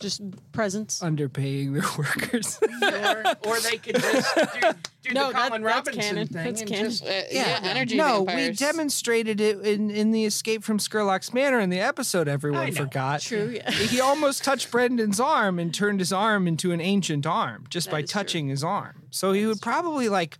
D: Just
E: Oh,
D: presence.
A: underpaying their workers.
E: or, or they could just do, do
D: No,
E: the
D: that-
E: Colin
D: that's
E: Robinson
D: canon.
E: thing.
D: That's
E: and
D: canon.
E: just-
B: Uh, yeah, energy
A: no, we
B: vampires.
A: demonstrated it in, in the escape from Skurlock's Manor in the episode
E: I
A: everyone
E: know.
A: forgot.
D: True, yeah.
A: He almost touched Brendan's arm and turned his arm into an ancient arm just by
D: is true.
A: touching his arm. So he would probably like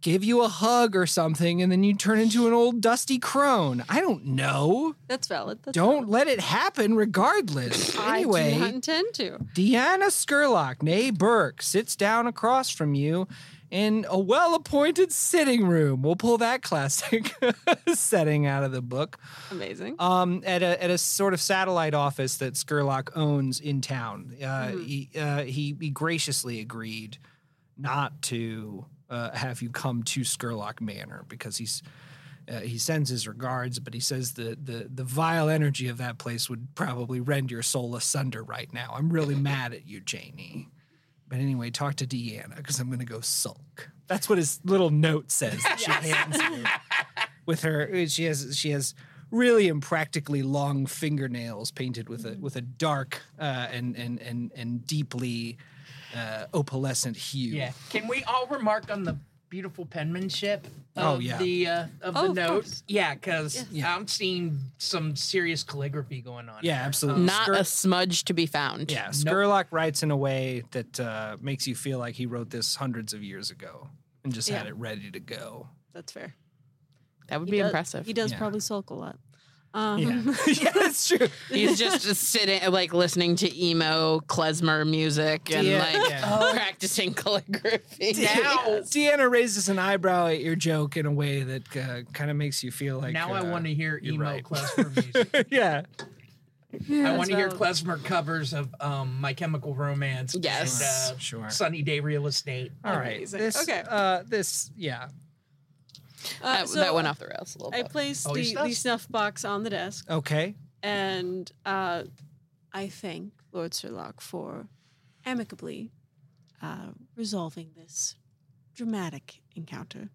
A: give you a hug or something and then you turn into an old dusty crone. I don't know.
D: That's valid. That's
A: Don't let it happen regardless.
D: valid. I do not
A: anyway,
D: intend to.
A: Deanna Skurlock, nay Burke, sits down across from you in a well appointed sitting room. We'll pull that classic setting out of the book
D: Amazing.
E: Uh,
A: um, at a at a sort of satellite office that Skurlock owns in town. Uh, he, uh, he he graciously agreed not to uh, have you come to Skurlock Manor because he's. Uh, he sends his regards, but he says the, the the vile energy of that place would probably rend your soul asunder right now. I'm really mad at you, Janie. But anyway, talk to Deanna because I'm going to go sulk. That's what his little note says. That she hands you with her. She has she has really impractically long fingernails painted with a with a dark uh, and and and and deeply uh, opalescent hue.
E: Yeah. Can we all remark on the beautiful penmanship
A: Oh,
E: of
A: yeah.
E: the uh, of
D: Oh,
E: the
D: of
E: note?
D: course.
E: Yeah, because
A: Yeah.
E: I'm seeing some serious calligraphy going on.
A: Yeah,
E: here.
A: absolutely.
B: Not
A: Skur-
B: a smudge to be found.
A: yeah, Skurlock writes in a way that uh, makes you feel like he wrote this hundreds of years ago and just had
D: Yeah.
A: it ready to go.
D: That's fair.
B: That would
D: He
B: be
D: does-
B: impressive.
D: He does
A: Yeah.
D: probably sulk a lot. Um,
A: Yeah, yeah, that's true.
B: He's just sitting, like listening to emo klezmer music and
A: Yeah.
B: like
D: Oh.
A: Yeah.
B: practicing calligraphy.
E: Now,
A: Deanna raises an eyebrow at your joke in a way that uh, kind of makes you feel like.
E: now I
A: uh,
E: want to hear
A: you're
E: emo
A: right.
E: klezmer music.
A: yeah,
E: I want to hear
D: valid.
E: klezmer covers of um, My Chemical Romance.
B: Yes.
E: And, uh,
A: sure.
E: Sunny Day Real Estate.
A: All right.
D: Amazing.
A: This,
D: Okay.
A: Uh, this, yeah.
D: uh,
B: that,
D: so
B: that went off the rails a little
D: I
B: bit.
D: placed
E: Oh,
D: the,
E: your stuff?
D: the snuff box on the desk
A: Okay.
D: and uh, I thank Lord Sherlock for amicably uh, resolving this dramatic encounter.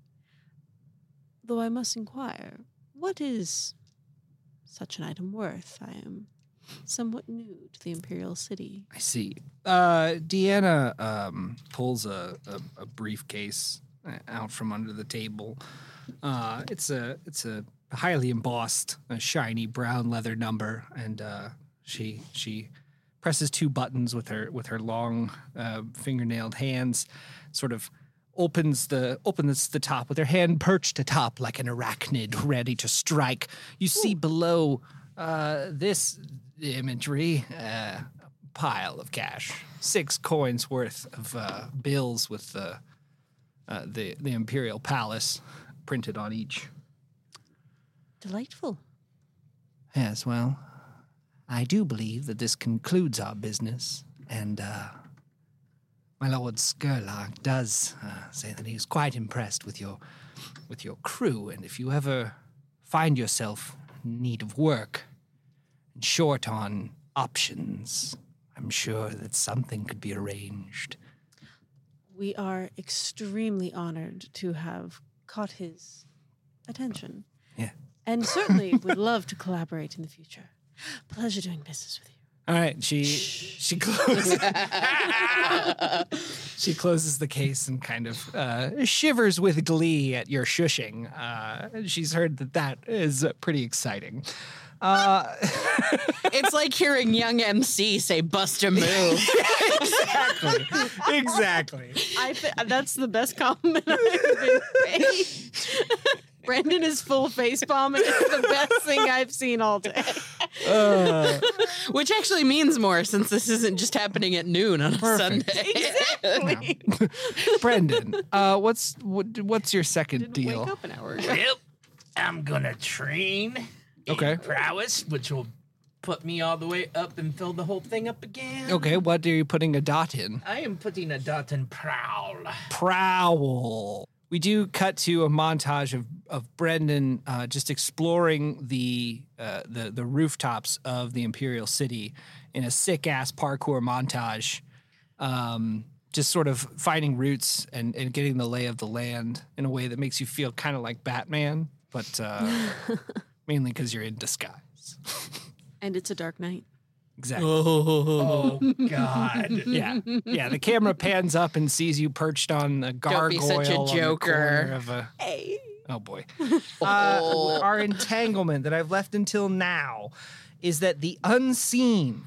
D: Though I must inquire, what is such an item worth? I am somewhat new to the Imperial City.
A: I see. Uh, Deanna um, pulls a, a, a briefcase uh, out from under the table. Uh, it's a it's a highly embossed, a shiny brown leather number, and uh, she she presses two buttons with her with her long uh, fingernailed hands, sort of opens the opens the top with her hand perched atop like an arachnid ready to strike. You see below uh, this imagery uh, a pile of cash, six coins worth of uh, bills with the uh, the the imperial palace printed on each.
D: Delightful.
A: Yes, well, I do believe that this concludes our business, and uh, my Lord Skurlark does uh, say that he was quite impressed with your with your crew, and if you ever find yourself in need of work and short on options, I'm sure that something could be arranged.
D: We are extremely honored to have caught his attention.
A: Yeah.
D: And certainly would love to collaborate in the future. Pleasure doing business with you.
A: All right, she she closes. she closes the case and kind of uh, shivers with glee at your shushing. Uh, she's heard that that is pretty exciting. Uh,
B: it's like hearing young MC say "bust a move."
A: exactly, exactly.
D: I th- that's the best compliment I've been paid. Brandon is full face bombing. It's the best thing I've seen all day.
A: Uh,
B: Which actually means more since this isn't just happening at noon on a
A: Perfect.
B: Sunday.
A: Brendan, uh, what's what, what's your second deal?
D: Wake up an hour ago.
E: Yep. I'm going to train in
A: Okay.
E: prowess, which will put me all the way up and fill the whole thing up again.
A: Okay, what are you putting a dot in?
E: I am putting a dot in prowl.
A: Prowl. We do cut to a montage of of Brendan uh, just exploring the uh, the the rooftops of the Imperial City in a sick ass parkour montage. Um, just sort of finding roots and, and getting the lay of the land in a way that makes you feel kind of like Batman, but uh, mainly because you're in disguise.
D: And it's a dark night.
A: Exactly.
F: Oh.
E: Oh God.
A: Yeah, yeah. The camera pans up and sees you perched on a
C: Don't
A: gargoyle.
C: be such a
A: on the
C: joker.
A: corner of a-
D: Hey.
A: oh boy.
C: Oh.
A: Uh, our entanglement that I've left until now is that the unseen.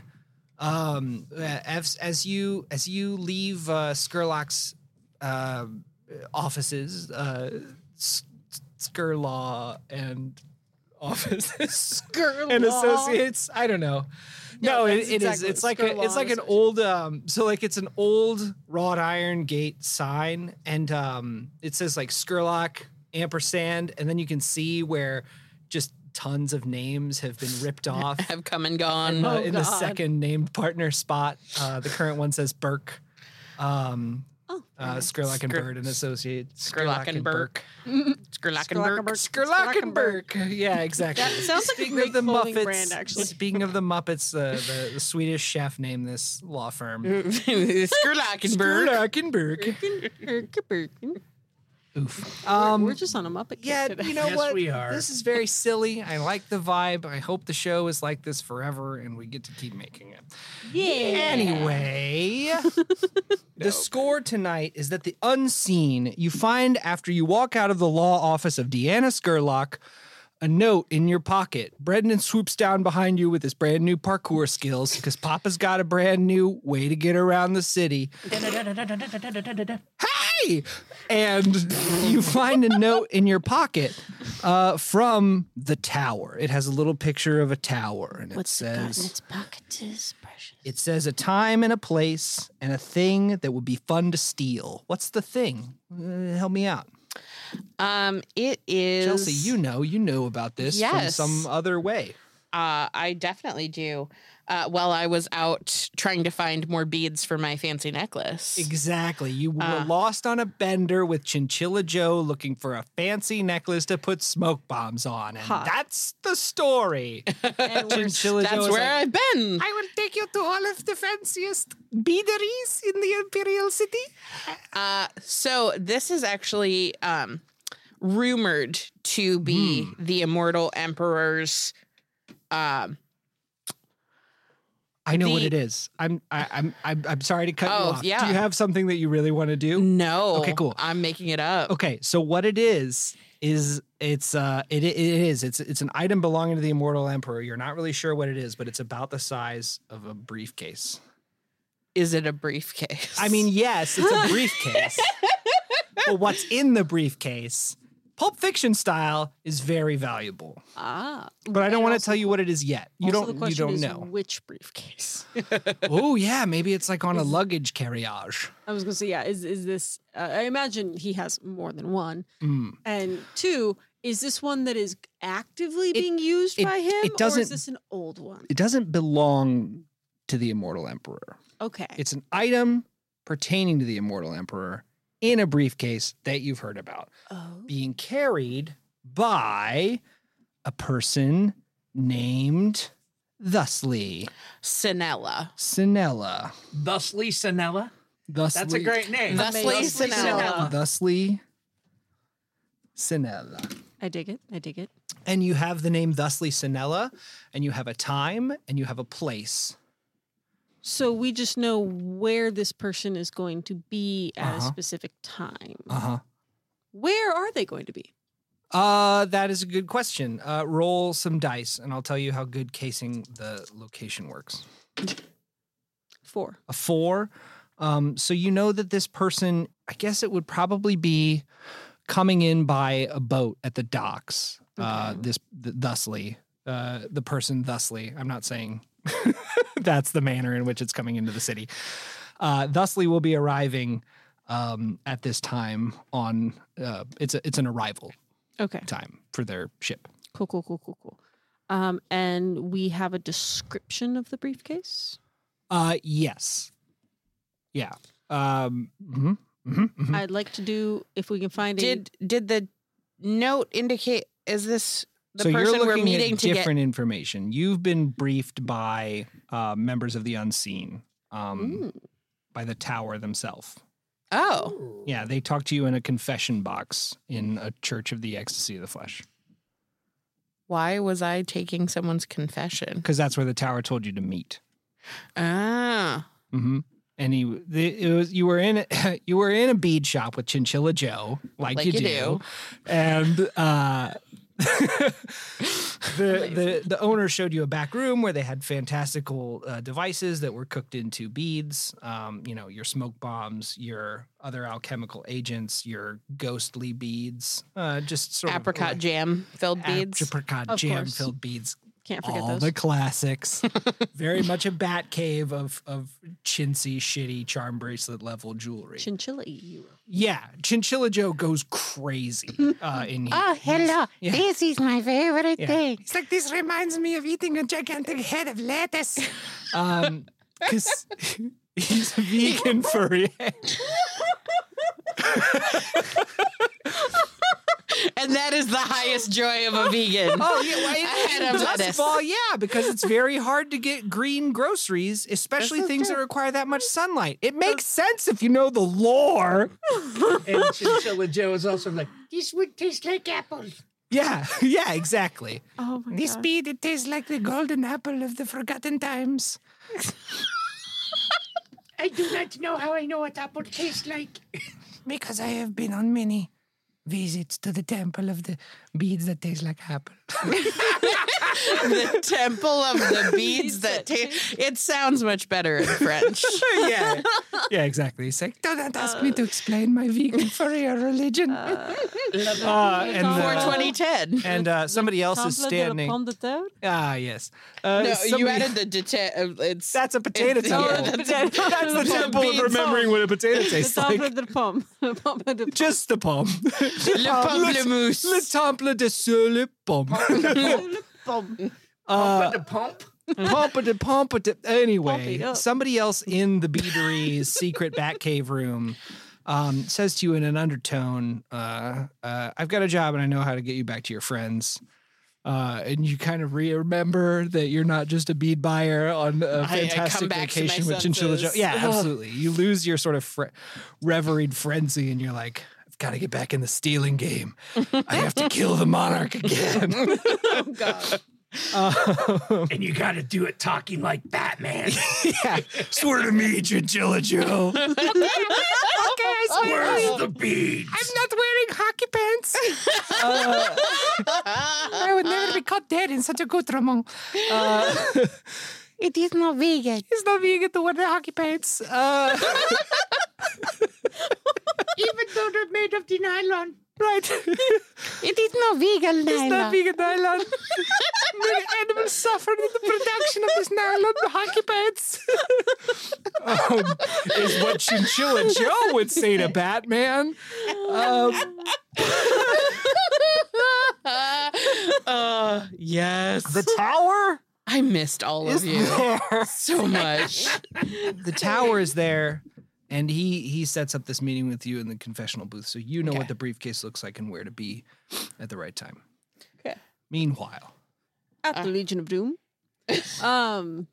A: Um, uh, as, as you as you leave uh, Skurlock's uh, offices, uh, S- Skurlaw and offices and associates. I don't know. No, it,
C: that's
A: it is.
C: exactly
A: It's like
C: Skurlaw
A: a, it's like an
C: and
A: old um. So like it's an old wrought iron gate sign, and um, it says like Skurlock ampersand, and then you can see where just tons of names have been ripped off
C: have come and gone.
A: in, the,
D: Oh,
A: in the
D: God.
A: second named partner spot. Uh, the current one says Burke. Um,
D: Oh,
A: uh, Skurlock and
C: Skr-
A: Bird and Associates.
C: Skurlock and Burke. Skurlockenberg.
A: Skurlock and Burke. Yeah, exactly.
D: That sounds like a
A: Speaking
D: great
A: of the
D: clothing
A: Muppets,
D: brand, actually.
A: Speaking of the Muppets, uh, the, the Swedish chef named this law firm.
C: Skurlockenberg.
A: and Burke. Oof. Um,
D: we're just on a Muppet. kick
A: yeah,
D: today.
A: you know
E: Yes,
A: what?
E: we are.
A: This is very silly. I like the vibe. I hope the show is like this forever and we get to keep making it. Anyway, the score tonight is that the unseen you find after you walk out of the law office of Deanna Skurlock, a note in your pocket. Brendan swoops down behind you with his brand new parkour skills because Papa's got a brand new way to get around the city. Hey! And you find a note in your pocket uh, from the tower. It has a little picture of a tower and it
D: What's it got
A: says.
D: in its pocket is precious.
A: It says a time and a place and a thing that would be fun to steal. What's the thing? Uh, help me out.
C: Um, it is
A: Chelsea, you know, you know about this
C: Yes.
A: from some other way.
C: Uh, I definitely do. Uh, while I was out trying to find more beads for my fancy necklace.
A: Exactly. You
C: Uh.
A: were lost on a bender with Chinchilla Joe looking for a fancy necklace to put smoke bombs on. And
D: Hot.
A: that's the story.
D: And we're-
A: Chinchilla Joe
C: That's
A: is
C: where
A: like,
C: I've been.
A: I will take you to all of the fanciest beaderies in the Imperial City.
C: Uh, so this is actually um, rumored to be
A: Hmm.
C: the immortal emperor's. Um,
A: I know what
C: The-
A: it is. I'm I, I'm I'm I'm sorry to cut
C: Oh,
A: you off. Do
C: yeah.
A: you have something that you really want to do?
C: no,
A: Okay, cool.
C: I'm making it up.
A: Okay, so what it is is it's uh it, it is it's it's an item belonging to the immortal emperor. You're not really sure what it is, but it's about the size of a briefcase.
C: Is it a briefcase?
A: I mean, yes, it's a briefcase. but what's in the briefcase, Pulp Fiction style, is very valuable.
D: ah,
A: But I don't
D: And
A: want to
D: also-
A: tell you what it is yet. You
D: also
A: don't
D: The
A: you
D: question
A: don't
D: is
A: know.
D: which briefcase.
A: oh yeah, maybe it's like on a luggage carriage.
D: I was gonna say, yeah. Is is this? Uh, I imagine he has more than one.
A: Mm.
D: And two, is this one that is actively being used
A: it-
D: by him?
A: it
D: Or
A: doesn't-
D: is this an old one?
A: It doesn't belong to the immortal emperor.
D: Okay.
A: It's an item pertaining to the immortal emperor in a briefcase that you've heard about
D: oh.
A: being carried by a person named thusly
C: Sinella.
A: Sinella.
E: Thusly Sinella.
A: Thusly,
E: That's a great name.
C: Thusly
D: Amazing.
C: Sinella.
A: Thusly Sinella.
D: I dig it. I dig it.
A: And you have the name Thusly Sinella, and you have a time, and you have a place.
D: So we just know where this person is going to be at a
A: Uh-huh.
D: specific time.
A: Uh huh.
D: Where are they going to be?
A: Uh, that is a good question. Uh, roll some dice, and I'll tell you how good casing the location works.
D: Four.
A: A four. Um, so you know that this person, I guess it would probably be coming in by a boat at the docks. Uh,
D: Okay.
A: this th- thusly, uh, the person thusly. I'm not saying that's the manner in which it's coming into the city. Uh, thusly will be arriving um, at this time on. Uh, it's a, it's an arrival
D: Okay.
A: time for their ship.
D: Cool. Cool. Cool. Cool. Cool. Um, and we have a description of the briefcase.
A: Uh, yes. Yeah. Um,
F: hmm
A: mm-hmm.
F: hmm hmm
D: I'd like to do if we can find
C: Did did the note indicate is this the
A: so you're
C: person
A: looking
C: we're meeting
A: at
C: to get
A: different information. You've been briefed by uh, members of the unseen,
D: a.
A: um,
D: Mm,
A: by the tower themselves.
C: Oh.
A: Yeah, they talk to you in a confession box in a church of the ecstasy of the flesh,
C: Why was I taking someone's confession?
A: because that's where the tower told you to meet.
C: Ah.
A: hmm And he, the, it was you were in you were in a bead shop with Chinchilla Joe, like,
C: Like
A: you,
C: you
A: do,
C: do.
A: and uh, the, the the owner showed you a back room where they had fantastical uh, devices that were cooked into beads. Um, you know your smoke bombs, your other alchemical agents, your ghostly beads, uh, just sort
C: Apricot
A: of
C: jam filled
A: like
C: beads.
A: apricot
D: Of
A: jam
D: course.
A: filled beads,
D: can't forget
A: all
D: those.
A: the classics. Very much a bat cave of of chintzy, shitty charm bracelet level jewelry.
D: Chinchilla you.
A: yeah, Chinchilla Joe goes crazy uh, in here.
C: Oh, hello.
A: Yeah.
C: This is my favorite
A: Yeah.
C: thing.
A: It's like this reminds me of eating a gigantic head of lettuce. Um, because he's a vegan furry.
C: And that is the highest joy of a vegan.
A: Oh yeah, well,
C: A head
A: and
C: of
A: thus
C: lettuce.
A: far, yeah, because it's very hard to get green groceries, especially things that require that much sunlight. It makes sense if you know the lore.
E: And Chinchilla Joe is also like, this would taste like apples.
A: Yeah, yeah, exactly.
D: Oh my
A: This
D: god.
A: bead, it tastes like the golden apple of the forgotten times.
E: I do not know how I know what apple tastes like.
A: Because I have been on many visits to the temple of the beads that taste like apple.
C: the temple of the beads that taste. It sounds much better in French.
A: yeah. Yeah, exactly. It's like, do not ask me to explain my vegan furry or religion. Uh, and, uh,
C: 42010.
A: And uh, somebody else is standing. Ah, yes. Uh,
C: No, you
A: somebody-
C: added the deta- uh, it's
A: That's a potato
C: it's-
A: temple.
C: yeah,
A: that's,
C: that's a-
A: the temple of
C: beads.
A: remembering what a potato tastes like. Just the palm.
C: Le pamplemousse.
A: Le temple de sur le pomme.
E: Pump
A: Uh,
E: at the pump.
A: Pompadou, pompadou. Anyway,
D: Pump it up.
A: somebody else in the beadery's secret Batcave room um, says to you in an undertone, uh, uh, "I've got a job and I know how to get you back to your friends." Uh, and you kind of remember that you're not just a bead buyer on a
C: I come
A: fantastic
C: back to my
A: vacation with Chinchilla Joe.
C: senses.
A: Yeah,
C: Ugh.
A: absolutely. You lose your sort of fre- reverend frenzy, and you're like, "I've got to get back in the stealing game. I have to kill the monarch again."
C: Oh,
A: Um,
E: And you gotta do it talking like Batman.
A: yeah. Swear to me, Chinchilla Joe. okay, I
E: Where's the beads?
A: not wearing hockey pants. I would never be caught dead in such a good Ramon. Uh,
C: it is not vegan.
A: it's not vegan to wear the hockey pants. Uh,
E: Even though they're made of the nylon.
A: right.
C: It is not vegan,
A: It's not vegan nylon. Many animals suffered in the production of this nylon hockey pants. um, is what Chinchilla Joe would say to Batman. Um,
C: uh, yes.
A: The tower
C: I missed all
A: is
C: of you
A: there.
C: so much.
A: The tower is there, and he he sets up this meeting with you in the confessional booth, so you know what
C: Okay.
A: the briefcase looks like and where to be at the right time.
D: Okay.
A: Meanwhile,
D: At
A: Ah.
C: Uh.
D: the Legion of Doom. um.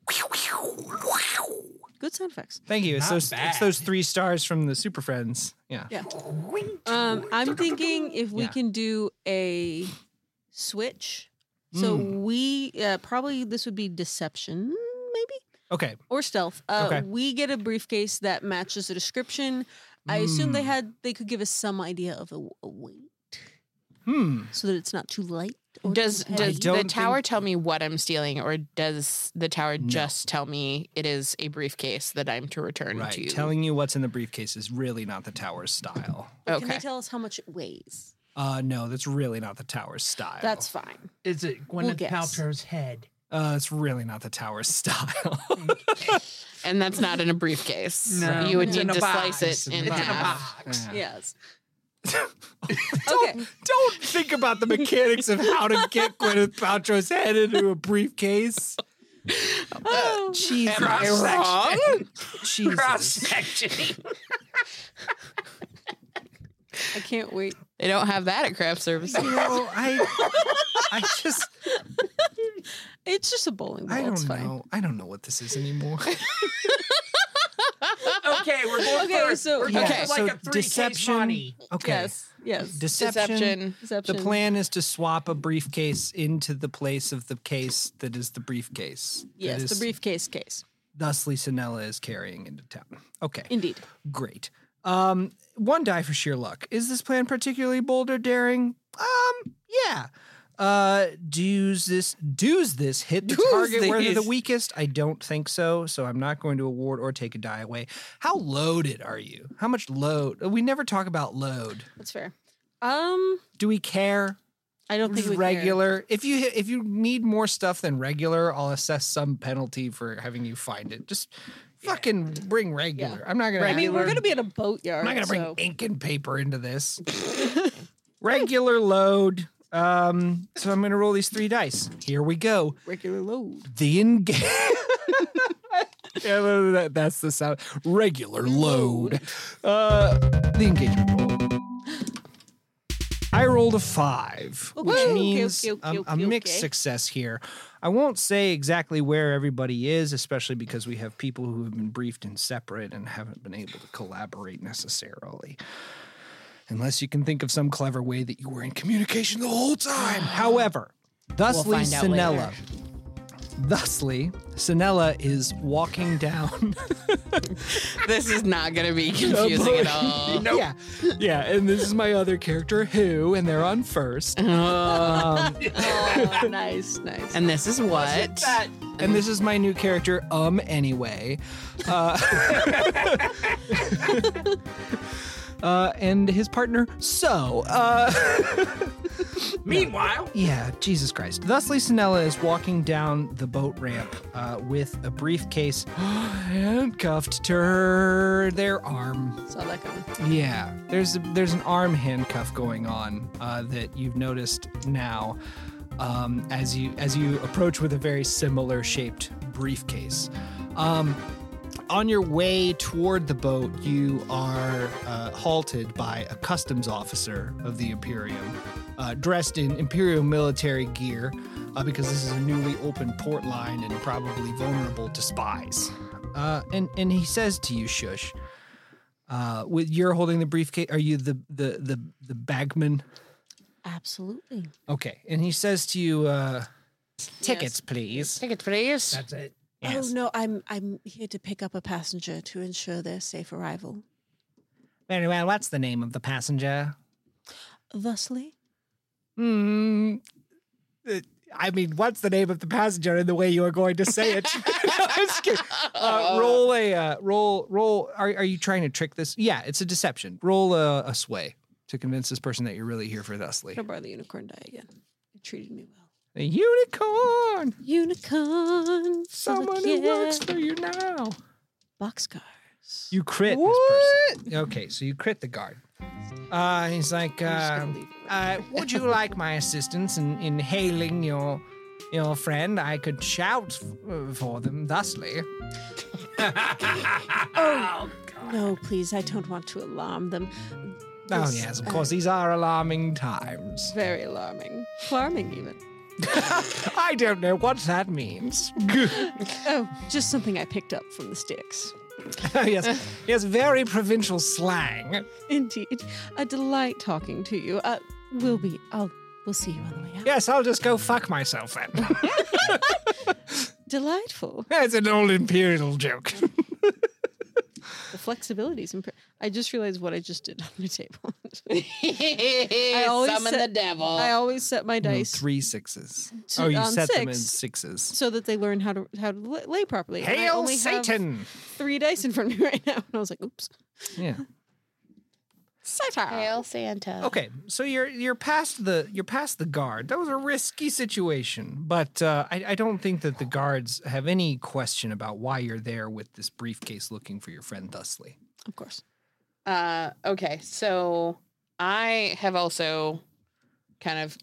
D: Good sound effects.
A: thank you. It's
E: Not
A: those it's
E: bad.
A: those three stars from the Super Friends. Yeah.
D: Yeah. Um, I'm thinking if we
A: Yeah.
D: can do a switch. So
A: Hmm.
D: we uh, probably this would be deception, maybe
A: Okay.
D: or stealth. Uh,
A: Okay.
D: We get a briefcase that matches the description. I assume they
A: Mm.
D: had they could give us some idea of the w- weight
A: Hmm.
D: so that it's not too light. Or
C: Does
D: too
C: does
D: heavy.
C: the
A: don't
C: tower
A: think-
C: tell me what I'm stealing, or does the tower
A: No.
C: just tell me it is a briefcase that I'm to return
A: Right.
C: to?
A: Telling you what's in the briefcase is really not the tower's style.
D: Can they
C: okay.
D: tell us how much it weighs?
A: Uh, no, that's really not the tower's style.
D: That's fine.
E: Is it Gwyneth
D: We'll guess.
E: Paltrow's head?
A: uh, that's really not the tower's style.
C: and that's not in a briefcase.
E: No.
C: you would
E: It's
C: need
E: in a
C: to slice
E: box.
C: it in
E: It's in a
C: half.
E: box.
D: Yes.
A: don't, don't think about the mechanics of how to get Gwyneth Paltrow's head into a briefcase.
D: Oh,
A: Jesus.
E: Cross-section.
A: Jesus.
E: Cross-sectioning.
D: I can't wait.
C: They don't have that at craft services.
A: You know, I, I just,
D: It's just a bowling ball.
A: I
D: it's
A: don't
D: fine.
A: know. I don't know what this is anymore.
E: okay, we're going
D: Okay,
E: for,
D: so-
E: we're going
C: Okay.
E: for
A: So
E: like a
A: deception-
E: three deception. money.
A: Okay.
D: Yes, yes.
A: Deception.
C: Deception.
D: Deception.
A: The plan is to swap a briefcase into the place of the case that is the briefcase. that
D: Yes, the
A: is-
D: briefcase case.
A: Thusly, Sinella is carrying into town. Okay.
D: Indeed.
A: great. Um, one die for sheer luck. Is this plan particularly bold or daring? Um, yeah. Uh, does this does this hit the
C: Does
A: target where they're the
C: this?
A: weakest? I don't think so. So I'm not going to award or take a die away. How loaded are you? How much load? Uh, We never talk about load.
D: That's fair. Um,
A: Do we care?
D: I don't think
A: Just
D: we care.
A: regular. If you if you need more stuff than regular, I'll assess some penalty for having you find it. Just fucking bring regular. I'm not gonna.
D: I mean, we're
A: gonna.
D: gonna be at a boatyard.
A: I'm not gonna bring
D: so-
A: ink and paper into this. Regular load. Um, so I'm gonna roll these three dice. Here we go.
D: regular load.
A: The in game. yeah, that- that- that's the sound. Regular load. Uh, the engagement roll. I rolled a five, which
D: Okay, okay,
A: means
D: okay, okay,
A: um, a
D: okay,
A: mixed
D: okay.
A: success here. I won't say exactly where everybody is, especially because we have people who have been briefed and separate and haven't been able to collaborate necessarily. Unless you can think of some clever way that you were in communication the whole time. However, thusly,
C: find out
A: Sinella. Thusly, Sinella is walking down.
C: This is not going to be confusing at all.
A: Yeah, yeah, and this is my other character, who, and they're on first.
C: Uh-huh.
A: Um,
D: Oh, nice, nice.
C: And this is what?
E: That
A: and this is my new character, um, anyway. Uh, uh, and his partner, so. Uh,
E: meanwhile,
A: Yeah, Jesus Christ. Thusly, Sinella is walking down the boat ramp uh, with a briefcase handcuffed to her, their arm.
D: Saw that coming.
A: Yeah, there's there's an arm handcuff going on uh, that you've noticed now um, as you as you approach with a very similar shaped briefcase. Um, on your way toward the boat, you are uh, halted by a customs officer of the Imperium, uh, dressed in Imperial military gear, uh, because this is a newly opened port line and probably vulnerable to spies. Uh, and and he says to you, "Shush." Uh, with you're holding the briefcase. Are you the the the the bagman?
D: Absolutely.
A: Okay. And he says to you, uh, "Tickets, please."
C: Take it, please.
E: that's it.
A: Yes.
D: Oh no, I'm I'm here to pick up a passenger to ensure their safe arrival.
A: Very well. What's the name of the passenger?
D: Thusly,
A: Hmm. Uh, I mean, what's the name of the passenger in the way you are going to say it? No, I'm just kidding. Uh, roll a uh, roll roll. Are are you trying to trick this? Yeah, it's a deception. Roll a, a sway to convince this person that you're really here for Thusly.
D: can I borrow the unicorn die again? It treated me well.
A: A unicorn.
D: Unicorn,
A: Someone who works for you now.
D: boxcars.
A: You crit this person. Okay, so you crit the guard. Uh, he's like, uh,
D: I'm just gonna leave it right
A: uh, would you like my assistance in, in hailing your your friend? I could shout f- uh, for them thusly.
E: oh,
D: No, please, I don't want to alarm them.
A: Oh
D: This-
A: yes, of course. These are alarming times.
D: Very alarming. Alarming, even.
A: I don't know what that means.
D: Oh, just something I picked up from the sticks.
A: Oh, yes, yes, very provincial slang.
D: Indeed, a delight talking to you. Uh, we'll be. I'll. We'll see you on the way out.
A: Yes, I'll just go fuck myself then.
D: Delightful.
A: That's an old imperial joke.
D: The flexibility's. Imp- I just realized what I just did on my table. always
C: Summon
D: said-
C: the devil.
D: I always set my dice
A: three sixes. Oh,
D: To- on six.
A: sixes.
D: so that they learn how to how to la- lay properly. and I
A: Hail
D: only have
A: Satan!
D: three dice in front of me right now, and I was like, "Oops,
A: Yeah.
D: Satan."
C: Hail Santa.
A: Okay, so you're you're past the you're past the guard. That was a risky situation, but uh, I, I don't think that the guards have any question about why you're there with this briefcase looking for your friend Thusly.
D: Of course.
C: Uh, okay, so I have also kind of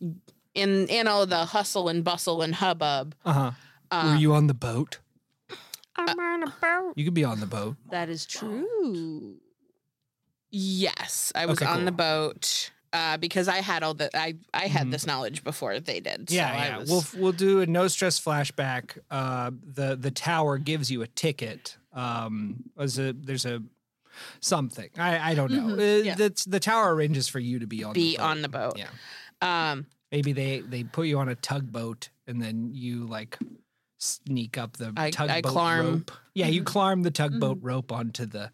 C: in in all the hustle and bustle and hubbub.
A: Uh huh.
C: Um,
A: Were you on the boat?
D: I'm on a boat.
A: You could be on the boat.
D: That is true.
C: Yes, I was
A: Okay,
C: on
A: cool.
C: the boat uh, because I had all the I I had
A: Mhm.
C: this knowledge before they did.
A: Yeah,
C: so
A: yeah.
C: I was,
A: We'll we'll do a no stress flashback. Uh, the the tower gives you a ticket. Um, was a there's a something I I don't know.
C: Mhm,
A: Uh,
C: yeah.
A: that's- the tower arranges for you to be on
C: be
A: the boat.
C: on the boat.
A: Yeah.
C: Um,
A: Maybe they they put you on a tugboat and then you like sneak up the
C: I- I
A: tugboat
C: climb. Mm-hmm.
A: rope. Yeah, you climb the tugboat rope onto the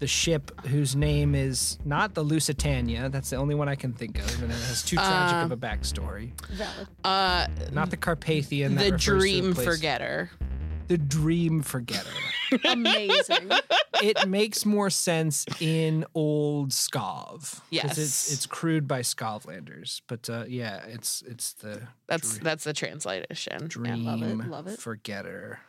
A: the ship whose name is not the Lusitania. That's the only one I can think of, and it has too tragic of
C: Um,
A: a backstory.
D: Valid.
C: uh,
A: Not the Carpathian. that
C: the
A: refers to a
C: dream
A: place-
C: forgetter.
A: The dream forgetter.
D: Amazing.
A: it makes more sense in old Skov. 'cause
C: Yes.
A: it's it's crewed by Skovlanders, but uh, yeah, it's it's the
C: That's
A: Dre-
C: that's the translation.
A: dream
D: love it, love it.
A: forgetter.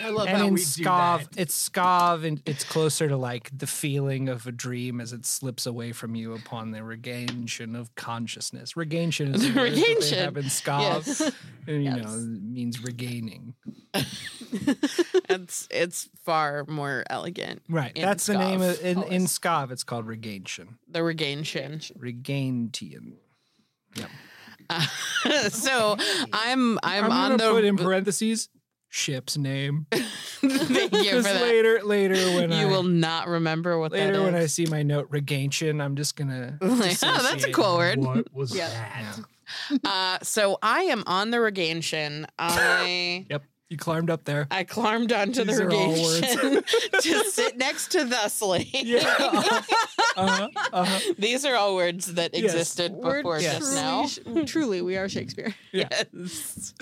E: I love
A: and
E: how
A: in
E: we
A: Skov,
E: do that.
A: it's Skov, and it's closer to like the feeling of a dream as it slips away from you upon the regaintion of consciousness. Regaintion is
C: The
A: the word that they
C: regaintion.
A: have in Skov,
C: Yes.
A: and, you
C: Yes.
A: know, it means regaining.
C: it's it's far more elegant.
A: Right,
C: In
A: that's the name
C: Skov,
A: of in, in
C: always.
A: Skov. It's called regaintion.
C: The regaintion.
A: Regaintian.
C: Uh, so
A: Oh,
C: I'm I'm,
A: I'm,
C: on
A: gonna
C: the
A: put in parentheses ship's name.
C: thank you
A: Because
C: for that.
A: later, later when I
C: You will not remember what that
A: later
C: is.
A: when I see my note regaintion, I'm just gonna.
C: Like, oh, that's a
A: dissociate.
C: cool word.
E: What was
D: Yeah.
E: that?
A: Yeah.
C: Uh, so I am on the regaintion. I
A: Yep, you climbed up there.
C: I climbed onto
A: These
C: the
A: are all words.
C: regaintion to sit next to Thusly.
A: Yeah. Uh-huh, uh-huh.
C: These are all words that
A: Yes.
C: existed
D: We're
C: before
A: Yes.
C: just now.
D: truly, truly, we are Shakespeare.
C: Yes.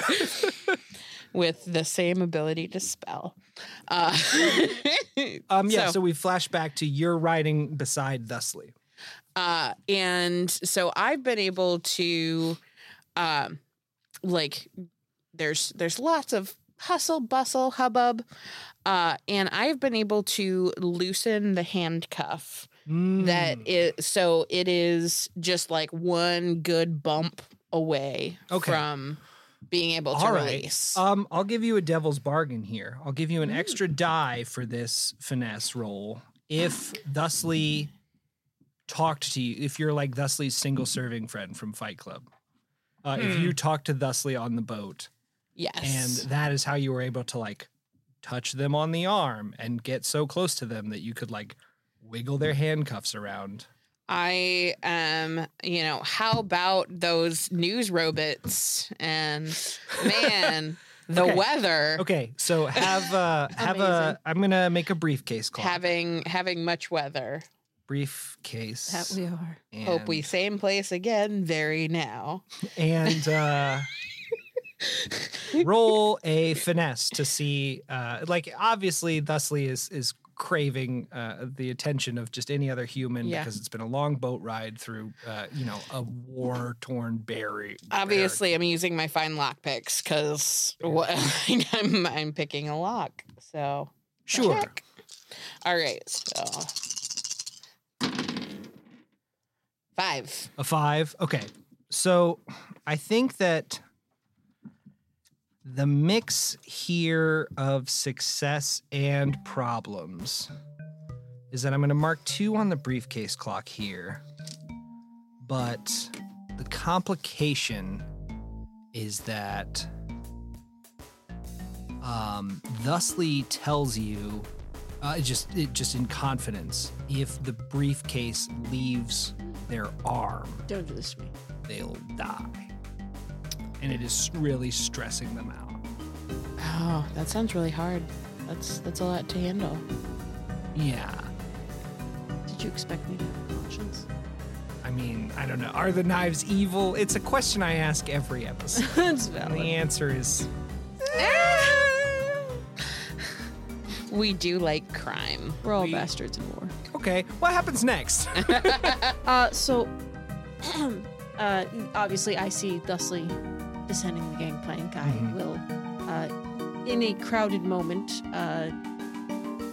C: With the same ability to spell. Uh,
A: Um, yeah. So,
C: So-
A: we flash back to your riding beside Thusly.
C: uh, and so I've been able to, um, like, there's there's lots of hustle, bustle, hubbub, uh, and I've been able to loosen the handcuff
A: Mm. Hmm.
C: that it so it is just like one good bump away
A: Okay.
C: from being able to
A: All right.
C: release.
A: Um, I'll give you a devil's bargain here. I'll give you an extra die for this finesse roll if Thusly talked to you. If you're like Thusly's single serving friend from Fight Club, uh, if you talked to Thusly on the boat, and
C: yes.
A: that is how you were able to like touch them on the arm and get so close to them that you could like wiggle their handcuffs around.
C: I am, you know, how about those news robots and man, the
A: Okay.
C: weather
A: Okay, so have uh have a.
D: Amazing.
A: I'm gonna make a briefcase call.
C: having having much weather.
A: briefcase.
D: That we are.
A: and,
C: Hope we same place again very now.
A: and uh, roll a finesse to see. Uh, like obviously, Thusly is is craving uh, the attention of just any other human
C: Yeah.
A: because it's been a long boat ride through, uh, you know, a war torn berry.
C: Obviously, I'm using my fine lock picks because I'm I'm picking a lock. So
A: sure.
C: check. All right, so five.
A: A five. Okay. So I think that the mix here of success and problems is that I'm going to mark two on the briefcase clock here, but the complication is that um, thusly tells you uh, it just it just in confidence if the briefcase leaves their arm
D: Don't do this to me.
A: they'll die. And it is really stressing them out.
C: Oh, that sounds really hard. That's that's a lot to handle.
A: Yeah.
D: Did you expect me to have a conscience?
A: I mean, I don't know. Are the knives evil? It's a question I ask every episode.
D: That's
A: and the
D: valid.
A: answer is
C: We do like crime.
D: We're all bastards in war.
A: okay, what happens next?
D: Uh, so, uh, obviously, I see Thusly descending the gangplank. I
A: Mhm.
D: will, uh, in a crowded moment, uh,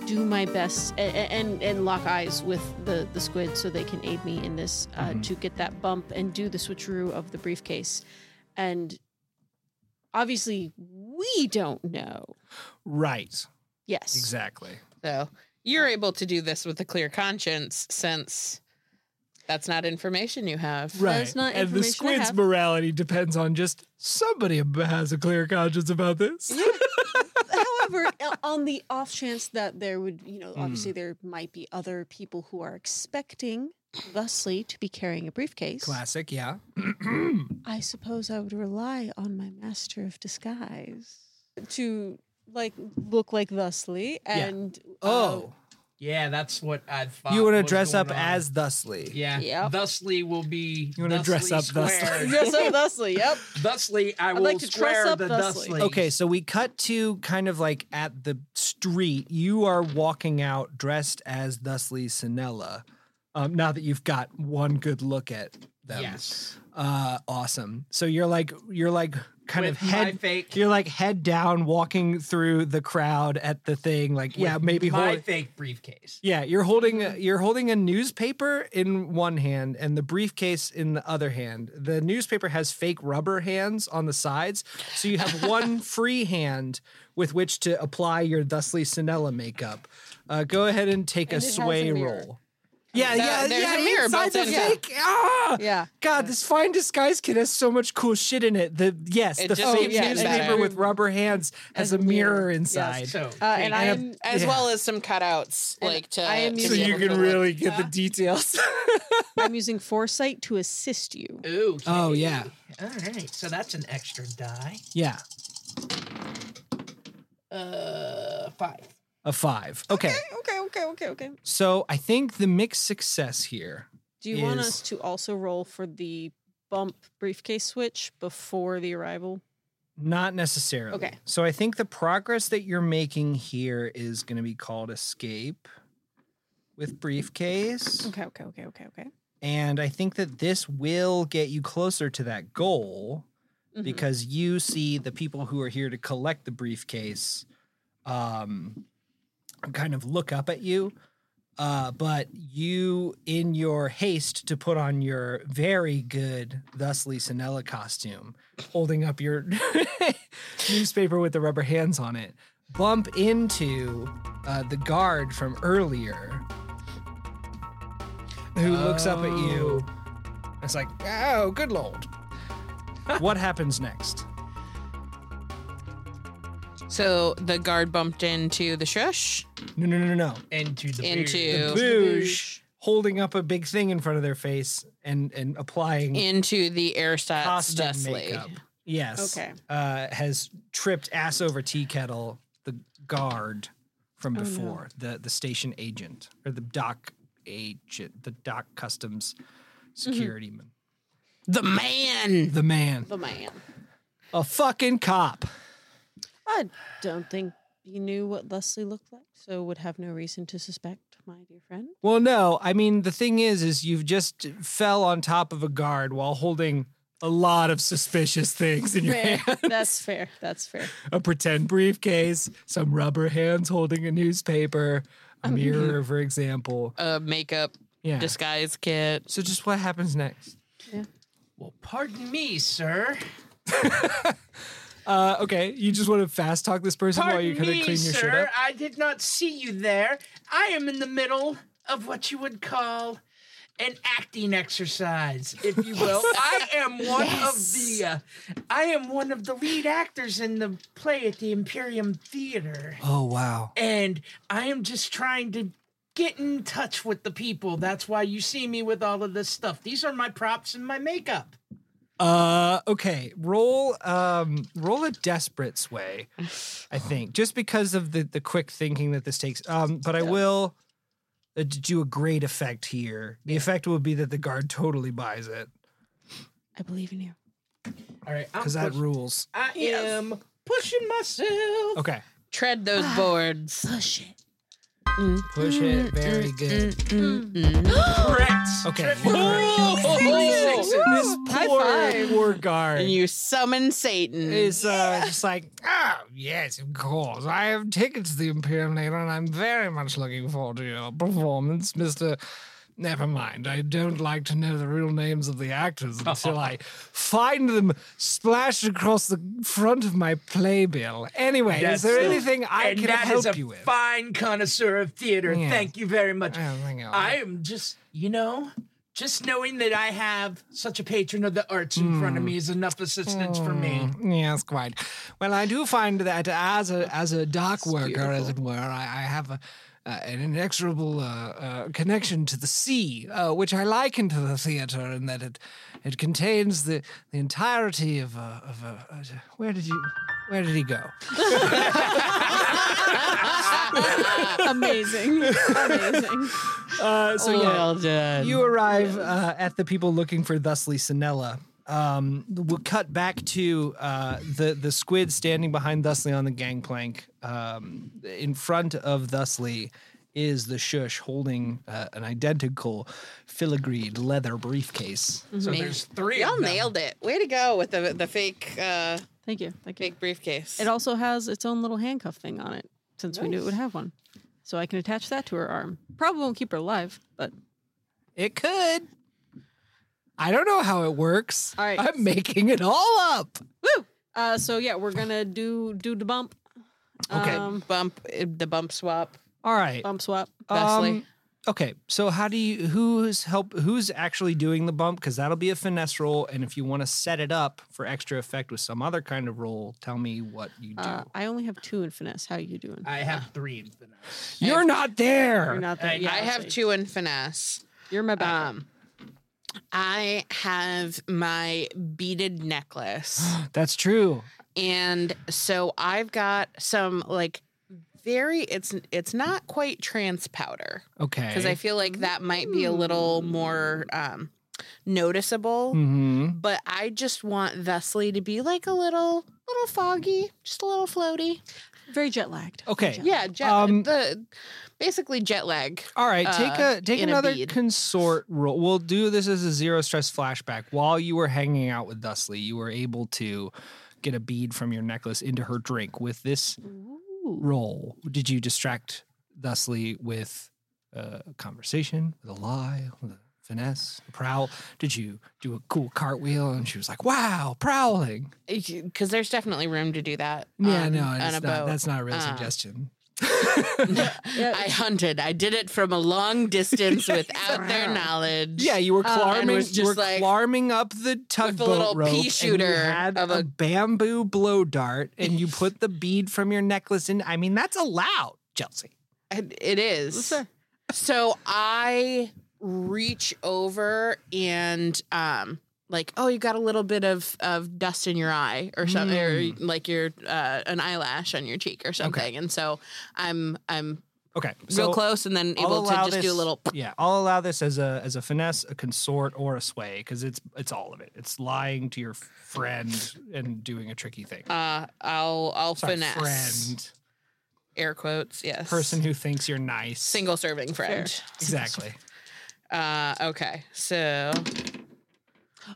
D: do my best a- a- and and lock eyes with the the squid so they can aid me in this uh, to get that bump and do the switcheroo of the briefcase, and obviously we don't know.
A: Right.
D: Yes,
A: Exactly.
C: So you're able to do this with a clear conscience since that's not information you have.
A: Right.
D: is not
A: and the
D: information I
A: squid's
D: have.
A: morality depends on just somebody has a clear conscience about this.
D: However, o- on the off chance that there would, you know, obviously there might be other people who are expecting, thusly, to be carrying a briefcase.
A: Classic, yeah.
D: I suppose I would rely on my master of disguise to like look like thusly
A: Yeah.
D: and uh,
A: Oh,
E: Yeah, that's what I thought.
A: you want to
E: was
A: dress
E: going
A: up
E: on.
A: as Thusly?
E: Yeah.
D: Yep.
E: Thusly will be.
A: You wanna dress
E: thusly
A: up thusly.
D: uh,
E: squared.
D: dress up thusly. Yep.
E: Thusly, I
D: I'd
E: will
D: like to dress
E: square
D: up
E: the
D: thusly.
E: thusly.
A: Okay, so we cut to kind of like at the street. You are walking out dressed as Thusly Sinella. Um, now that you've got one good look at them.
E: Yes.
A: Uh, awesome. So you're like you're like kind
E: With
A: of head
E: my fake.
A: you're like head down walking through the crowd at the thing like yeah,
E: with
A: maybe
E: my
A: hold,
E: fake briefcase.
A: Yeah, you're holding a, you're holding a newspaper in one hand and the briefcase in the other hand. The newspaper has fake rubber hands on the sides, so you have one free hand with which to apply your thusly Sinella makeup. Uh, go ahead and take a sway roll. Yeah, yeah,
C: there's
A: yeah.
C: a mirror
A: inside
C: built
A: the
C: in.
A: fake. Ah,
C: Yeah.
A: God, this fine disguise kit has so much cool shit in it. The yes,
C: It
A: the
C: just
A: fake
C: keeps getting
A: newspaper
C: better.
A: with rubber hands has a
D: And
A: mirror
D: mirror,
A: inside.
E: So
D: Uh, and I
A: have-
D: am
C: As
A: Yeah.
C: well as some cutouts,
D: And
C: like to.
D: I am
C: to
A: So
C: be
D: using-
A: you
C: able to
A: can
C: look.
A: really get the
E: Yeah.
A: details.
D: I'm using foresight to assist you.
E: okay.
A: Oh, yeah.
E: All right. So that's an extra die.
A: yeah.
E: Uh, five.
A: A five. Okay.
D: Okay, okay, okay, okay.
A: So I think the mixed success here.
D: Do you want
A: Is-
D: us to also roll for the bump briefcase switch before the arrival?
A: Not necessarily.
D: Okay.
A: So I think the progress that you're making here is going to be called escape with briefcase.
D: Okay, okay, okay, okay, okay.
A: And I think that this will get you closer to that goal because you see the people who are here to collect the briefcase um, kind of look up at you. Uh, but you, in your haste to put on your very good Thusly Sinella costume, holding up your newspaper with the rubber hands on it, bump into uh, the guard from earlier who looks up at you. It's like, oh, good lord. what happens next?
C: So the guard bumped into the shush.
A: No, no, no, no, no.
E: Into the
C: Into-
E: beard.
A: Boosh holding up a big thing in front of their face and and applying
C: into the air stats
A: Mm. costume
C: Dustley.
A: makeup. Yes.
D: Okay.
A: Uh, has tripped ass over tea kettle the guard from
D: Oh,
A: before the the station agent or the dock agent the dock customs
D: Mm-hmm.
A: security man
C: The man.
A: the man
D: The man.
A: a fucking cop
D: I don't think he knew what Leslie looked like, so would have no reason to suspect, my dear friend.
A: Well, no. I mean, the thing is, is you've just fell on top of a guard while holding a lot of suspicious things in your
D: Fair.
A: hand.
D: That's fair. That's fair.
A: A pretend briefcase, some rubber hands holding a newspaper, a mirror, for example.
C: A makeup
A: Yeah.
C: disguise kit.
A: so just what happens next?
E: Well, pardon me, sir.
A: Uh, okay, you just want to fast talk this person
E: Pardon
A: while you kind of
E: me,
A: clean your
E: sir.
A: shit up?
E: I did not see you there. I am in the middle of what you would call an acting exercise, if you will. I am one of the uh, I am one of the lead actors in the play at the Imperium Theater,
A: Oh, wow.
E: and I am just trying to get in touch with the people. That's why you see me with all of this stuff. These are my props and my makeup.
A: Uh, okay. Roll, um, roll a desperate sway, I think, just because of the the quick thinking that this takes. Um, but I will uh, d- do a great effect here. The effect will be that the guard totally buys it
D: I believe in you.
E: All right, I'm
A: because that
E: push-
A: rules.
E: I am pushing myself.
A: Okay.
C: Tread those boards.
D: Push it.
A: Push it. Very good.
E: Correct.
A: Okay. This
C: High
A: poor,
C: five.
A: poor guard.
C: And you summon Satan.
E: Mm-hmm.
A: is uh, just like, oh, yes, of course. I have tickets to the Imperial later, and I'm very much looking forward to your performance, Mr. Never mind. I don't like to know the real names of the actors until I find them splashed across the front of my playbill. Anyway,
E: That's
A: is there
E: a-
A: anything I
E: and
A: can
E: that is
A: help
E: a
A: you with?
E: fine connoisseur of theater.
A: Yeah. Oh,
E: Thank you very much.
A: I don't think I'll-
E: I am just, you know, just knowing that I have such a patron of the arts in front of
A: Mm.
E: me is enough assistance for me.
A: Yes, quite. Well, I do find that as a as a dock worker, as it were, I, I have a, uh, an inexorable uh, uh, connection to the sea, uh, which I liken to the theater in that it it contains the the entirety of a, of a, uh, where did you where did he go?
D: Amazing. Amazing.
A: Uh, so
C: well done.
A: You arrive uh, at the people looking for Thusly Sinella. Um, we'll cut back to uh, the the squid standing behind Thusly on the gangplank. Um, in front of Thusly is the shush holding uh, an identical filigreed leather briefcase.
E: So there's three.
C: Y'all
E: of them.
C: nailed it. Way to go with the the fake uh,
D: Thank you. Thank you.
C: fake briefcase.
D: It also has its own little handcuff thing on it, since we knew it would have one. So I can attach that to her arm. Probably won't keep her alive, but
A: It could. I don't know how it works.
D: All right.
A: I'm making it all up.
D: woo. Uh, so yeah, we're gonna do do the bump.
A: Okay.
D: Um,
C: bump the bump swap.
A: All right.
D: bump swap.
C: Thusly.
A: Um, okay, so how do you who's help who's actually doing the bump? Because that'll be a finesse roll, and if you want to set it up for extra effect with some other kind of roll, tell me what you do.
D: Uh, I only have two in finesse. How you doing?
E: I have three in finesse.
A: You're not there.
D: You're not there.
E: I-
D: yeah,
C: I have
D: so
C: two in finesse.
D: You're my back.
C: Um, I have my beaded necklace.
A: That's true.
C: and so I've got some like very it's it's not quite trans powder
A: Okay.
C: because I feel like that might be a little more um noticeable.
A: hmm
C: But I just want Vesley to be like a little little foggy, just a little floaty.
D: Very jet lagged.
A: Um, Okay.
D: Very jet-
C: Yeah, jet
A: Um,
C: the basically jet lag.
A: All right, take
C: uh,
A: a take
C: in a
A: another
C: bead.
A: consort roll. We'll do this as a zero stress flashback. While you were hanging out with Dustley, you were able to get a bead from your necklace into her drink with this roll. Did you distract Dustley with uh, a conversation, with a lie, with a finesse, a prowl? Did you do a cool cartwheel and she was like, "Wow, prowling"?
C: Because there's definitely room to do that.
A: Yeah,
C: on-
A: no,
C: on
A: it's not,
C: a boat.
A: that's not a real
C: Um, Uh,
A: suggestion.
C: I hunted. I did it from a long distance without their knowledge.
A: Yeah, you were
C: uh, and
A: climbing.
C: was
A: you
C: just
A: were
C: like-
A: climbing up the tugboat
C: little pea
A: rope, and you
C: shooter
A: had
C: of
A: a,
C: a-
A: bamboo blow dart, and you put the bead from your necklace in. I mean, that's allowed, Chelsea.
C: It it is. So I reach over and um like oh you got a little bit of of dust in your eye or something or
A: Hmm.
C: like your uh an eyelash on your cheek or something and so I'm I'm
A: Okay,
C: real close and then
A: I'll
C: able to
A: allow
C: just do a
A: this-
C: little
A: Yeah, I'll allow this as a as a finesse, a consort, or a sway because it's it's all of it. It's lying to your friend and doing a tricky thing.
C: uh I'll I'll
A: Sorry,
C: finesse
A: friend,
C: air quotes yes
A: person who thinks you're nice.
C: single serving friend
A: exactly.
C: uh okay so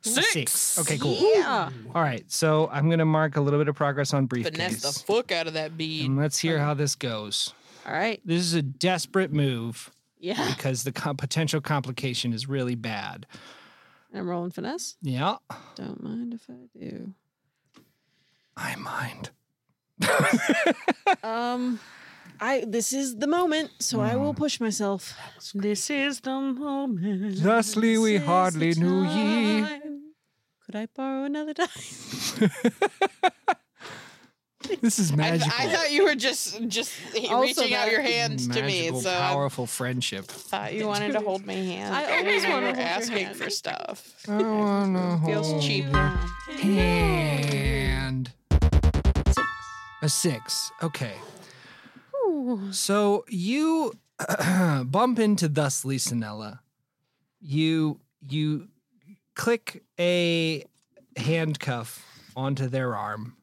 C: six,
A: Okay, cool.
D: Yeah.
A: All right, so I'm gonna mark a little bit of progress on briefcase.
C: finesse the fuck out of that bead
A: And let's hear how this goes.
D: All right.
A: This is a desperate move
D: Yeah.
A: because the com- potential complication is really bad.
D: I'm rolling finesse.
A: Yeah,
D: Don't mind if I do.
A: I mind.
D: Um, I this is the moment, so I will push myself. This is the moment.
A: Thusly, we
D: This is
A: hardly
D: the
A: knew ye.
D: time. Could I borrow another die?
A: This is
C: I, th-
A: magical.
C: I thought you were just just
D: Also
C: reaching out
D: that-
C: your hands to me,
A: Magical,
C: so I
A: powerful friendship.
C: thought you wanted to hold my hand.
D: I always
C: You
D: wanna
C: were
D: hold your
C: asking
D: hand. Oh.
C: for stuff.
A: I wanna
C: Feels
A: hold
C: cheap.
A: your hand.
D: Six.
A: A six. Okay. So you bump into Thusly Sinella. You you click a handcuff onto their arm.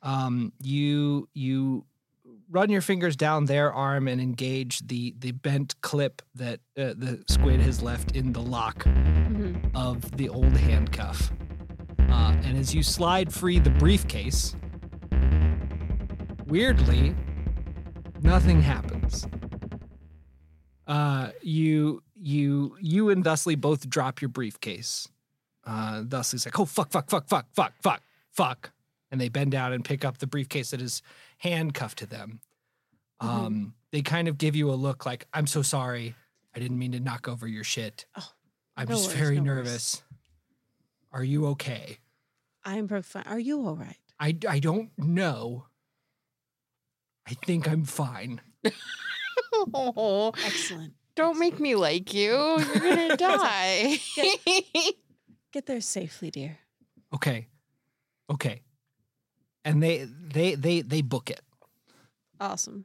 A: Um, you you run your fingers down their arm and engage the the bent clip that uh, the squid has left in the lock of the old handcuff. Uh, and as you slide free the briefcase, weirdly, nothing happens. Uh, you you you and Thusly both drop your briefcase. Uh, Thusly's like, oh fuck, fuck, fuck, fuck, fuck, fuck, fuck, and they bend down and pick up the briefcase that is handcuffed to them. Um, they kind of give you a look like, I'm so sorry, I didn't mean to knock over your shit.
D: Oh,
A: I
D: no
A: was
D: worries,
A: very
D: no worries.
A: nervous. Are you okay?
D: I'm profound. Are you all right?
A: I I don't know. I think I'm fine.
C: Oh,
D: Excellent.
C: don't make me like you. You're gonna die.
D: Get there safely, dear.
A: Okay. Okay. And they they they they book it.
D: Awesome.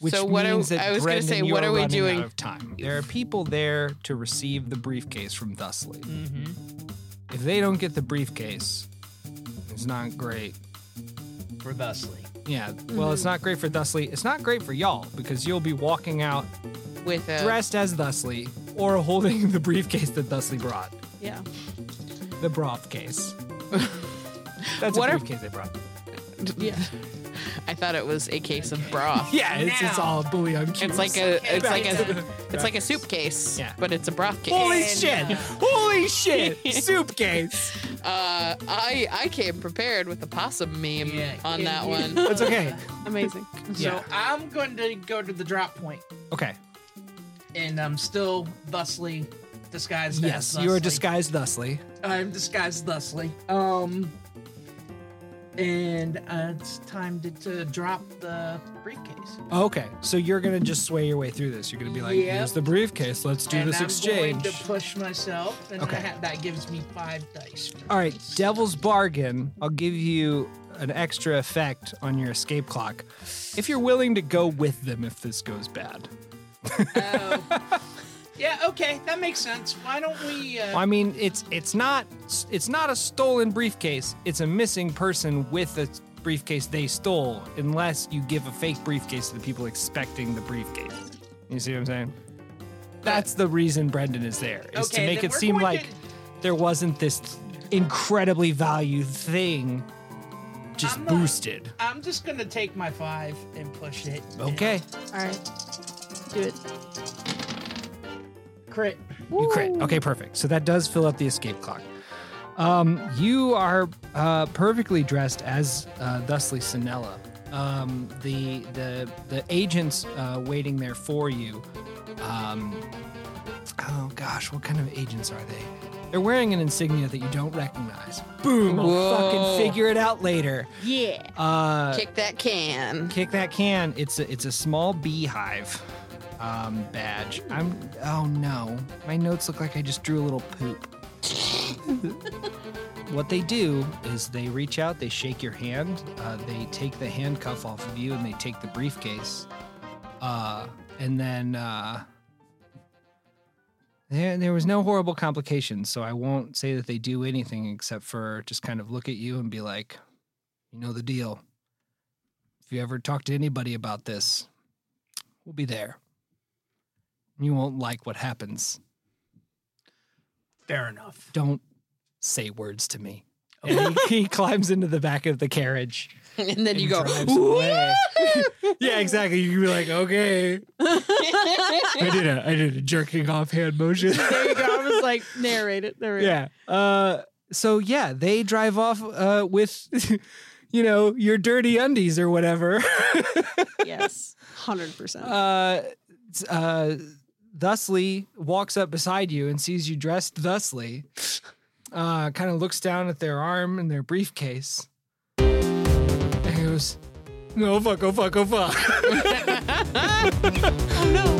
A: Which
C: So what are-
A: means that
C: I was gonna
A: Brendan,
C: say,
A: you
C: what are we
A: running
C: doing?
A: Out of time. There are people there to receive the briefcase from Thusly.
E: Mm-hmm.
A: If they don't get the briefcase, it's not great.
E: For Thusly.
A: Yeah. Well,
D: Mm-hmm.
A: it's not great for Thusly. It's not great for y'all because you'll be walking out
C: With a
A: dressed as Thusly or holding the briefcase that Thusly brought.
D: Yeah.
A: The broth case. That's
C: What
A: a
C: are-
A: briefcase they brought.
C: yeah. I thought it was a case of broth.
A: Yeah, it's, it's
E: Now.
A: all bouillon cubes.
C: It's like a it's like a it's
A: Broth
C: like a soup case,
A: Yeah.
C: but it's a broth case.
A: Holy shit! Holy shit! Soup case.
C: Uh, I I came prepared with the possum meme
E: Yeah,
C: on
E: can
C: that
E: you-
C: one.
A: That's okay.
D: Amazing.
A: Yeah.
E: So I'm going to go to the drop point,
A: Okay.
E: and I'm still thusly disguised.
A: Yes,
E: as
A: you are
E: Thusly.
A: disguised thusly.
E: I'm disguised thusly. Um, and uh, it's time to, to drop the briefcase.
A: Okay, so you're gonna just sway your way through this. You're gonna be like,
E: Yep.
A: "Here's the briefcase. Let's do
E: and
A: this
E: I'm
A: exchange."
E: going to push myself, and I
A: Okay.
E: ha- that gives me five dice.
A: All right, Devil's Bargain. I'll give you an extra effect on your escape clock if you're willing to go with them if this goes bad.
E: Yeah, okay, that makes sense. Why don't we? Uh,
A: I mean, it's it's not it's not a stolen briefcase. It's a missing person with a briefcase they stole, unless you give a fake briefcase to the people expecting the briefcase. You see what I'm saying? That's the reason Brendan is there is to
E: Okay,
A: make
E: then
A: it
E: we're
A: seem
E: going
A: like
E: to-
A: there wasn't this incredibly valued thing just
E: I'm not-
A: boosted.
E: I'm just gonna take my five and push it.
A: Okay,
D: All right. Do it.
E: Crit.
A: you crit. Okay, perfect. So that does fill up the escape clock. Um, you are uh, perfectly dressed as uh, Thusly Sinella. Um, the the the agents uh, waiting there for you. Um, oh gosh, what kind of agents are they? They're wearing an insignia that you don't recognize. Boom! I'll
C: Whoa.
A: fucking figure it out later.
D: Yeah.
A: Uh,
C: Kick that can.
A: kick that can. It's a, it's a small beehive um, badge. I'm oh no, my notes look like I just drew a little poop. what they do is they reach out, they shake your hand, uh, they take the handcuff off of you, and they take the briefcase, uh, and then. Uh, there, there was no horrible complications, so I won't say that they do anything except for just kind of look at you and be like, you know the deal if you ever talk to anybody about this, we'll be there. You won't like what happens.
E: Fair enough.
A: Don't say words to me. And he, he climbs into the back of the carriage.
C: And then you
A: and
C: go,
A: drives away. yeah, exactly. You can be like, okay. I did a I did a jerking off hand motion.
D: There you go. I was like, narrate it. There we
A: yeah. Uh, so yeah, they drive off uh, with, you know, your dirty undies or whatever.
D: go. Yes. 100%.
A: uh, uh, thusly walks up beside you and sees you dressed thusly. Uh, kind of looks down at their arm and their briefcase, and goes, "No fuck, oh fuck, oh fuck."
D: oh, no.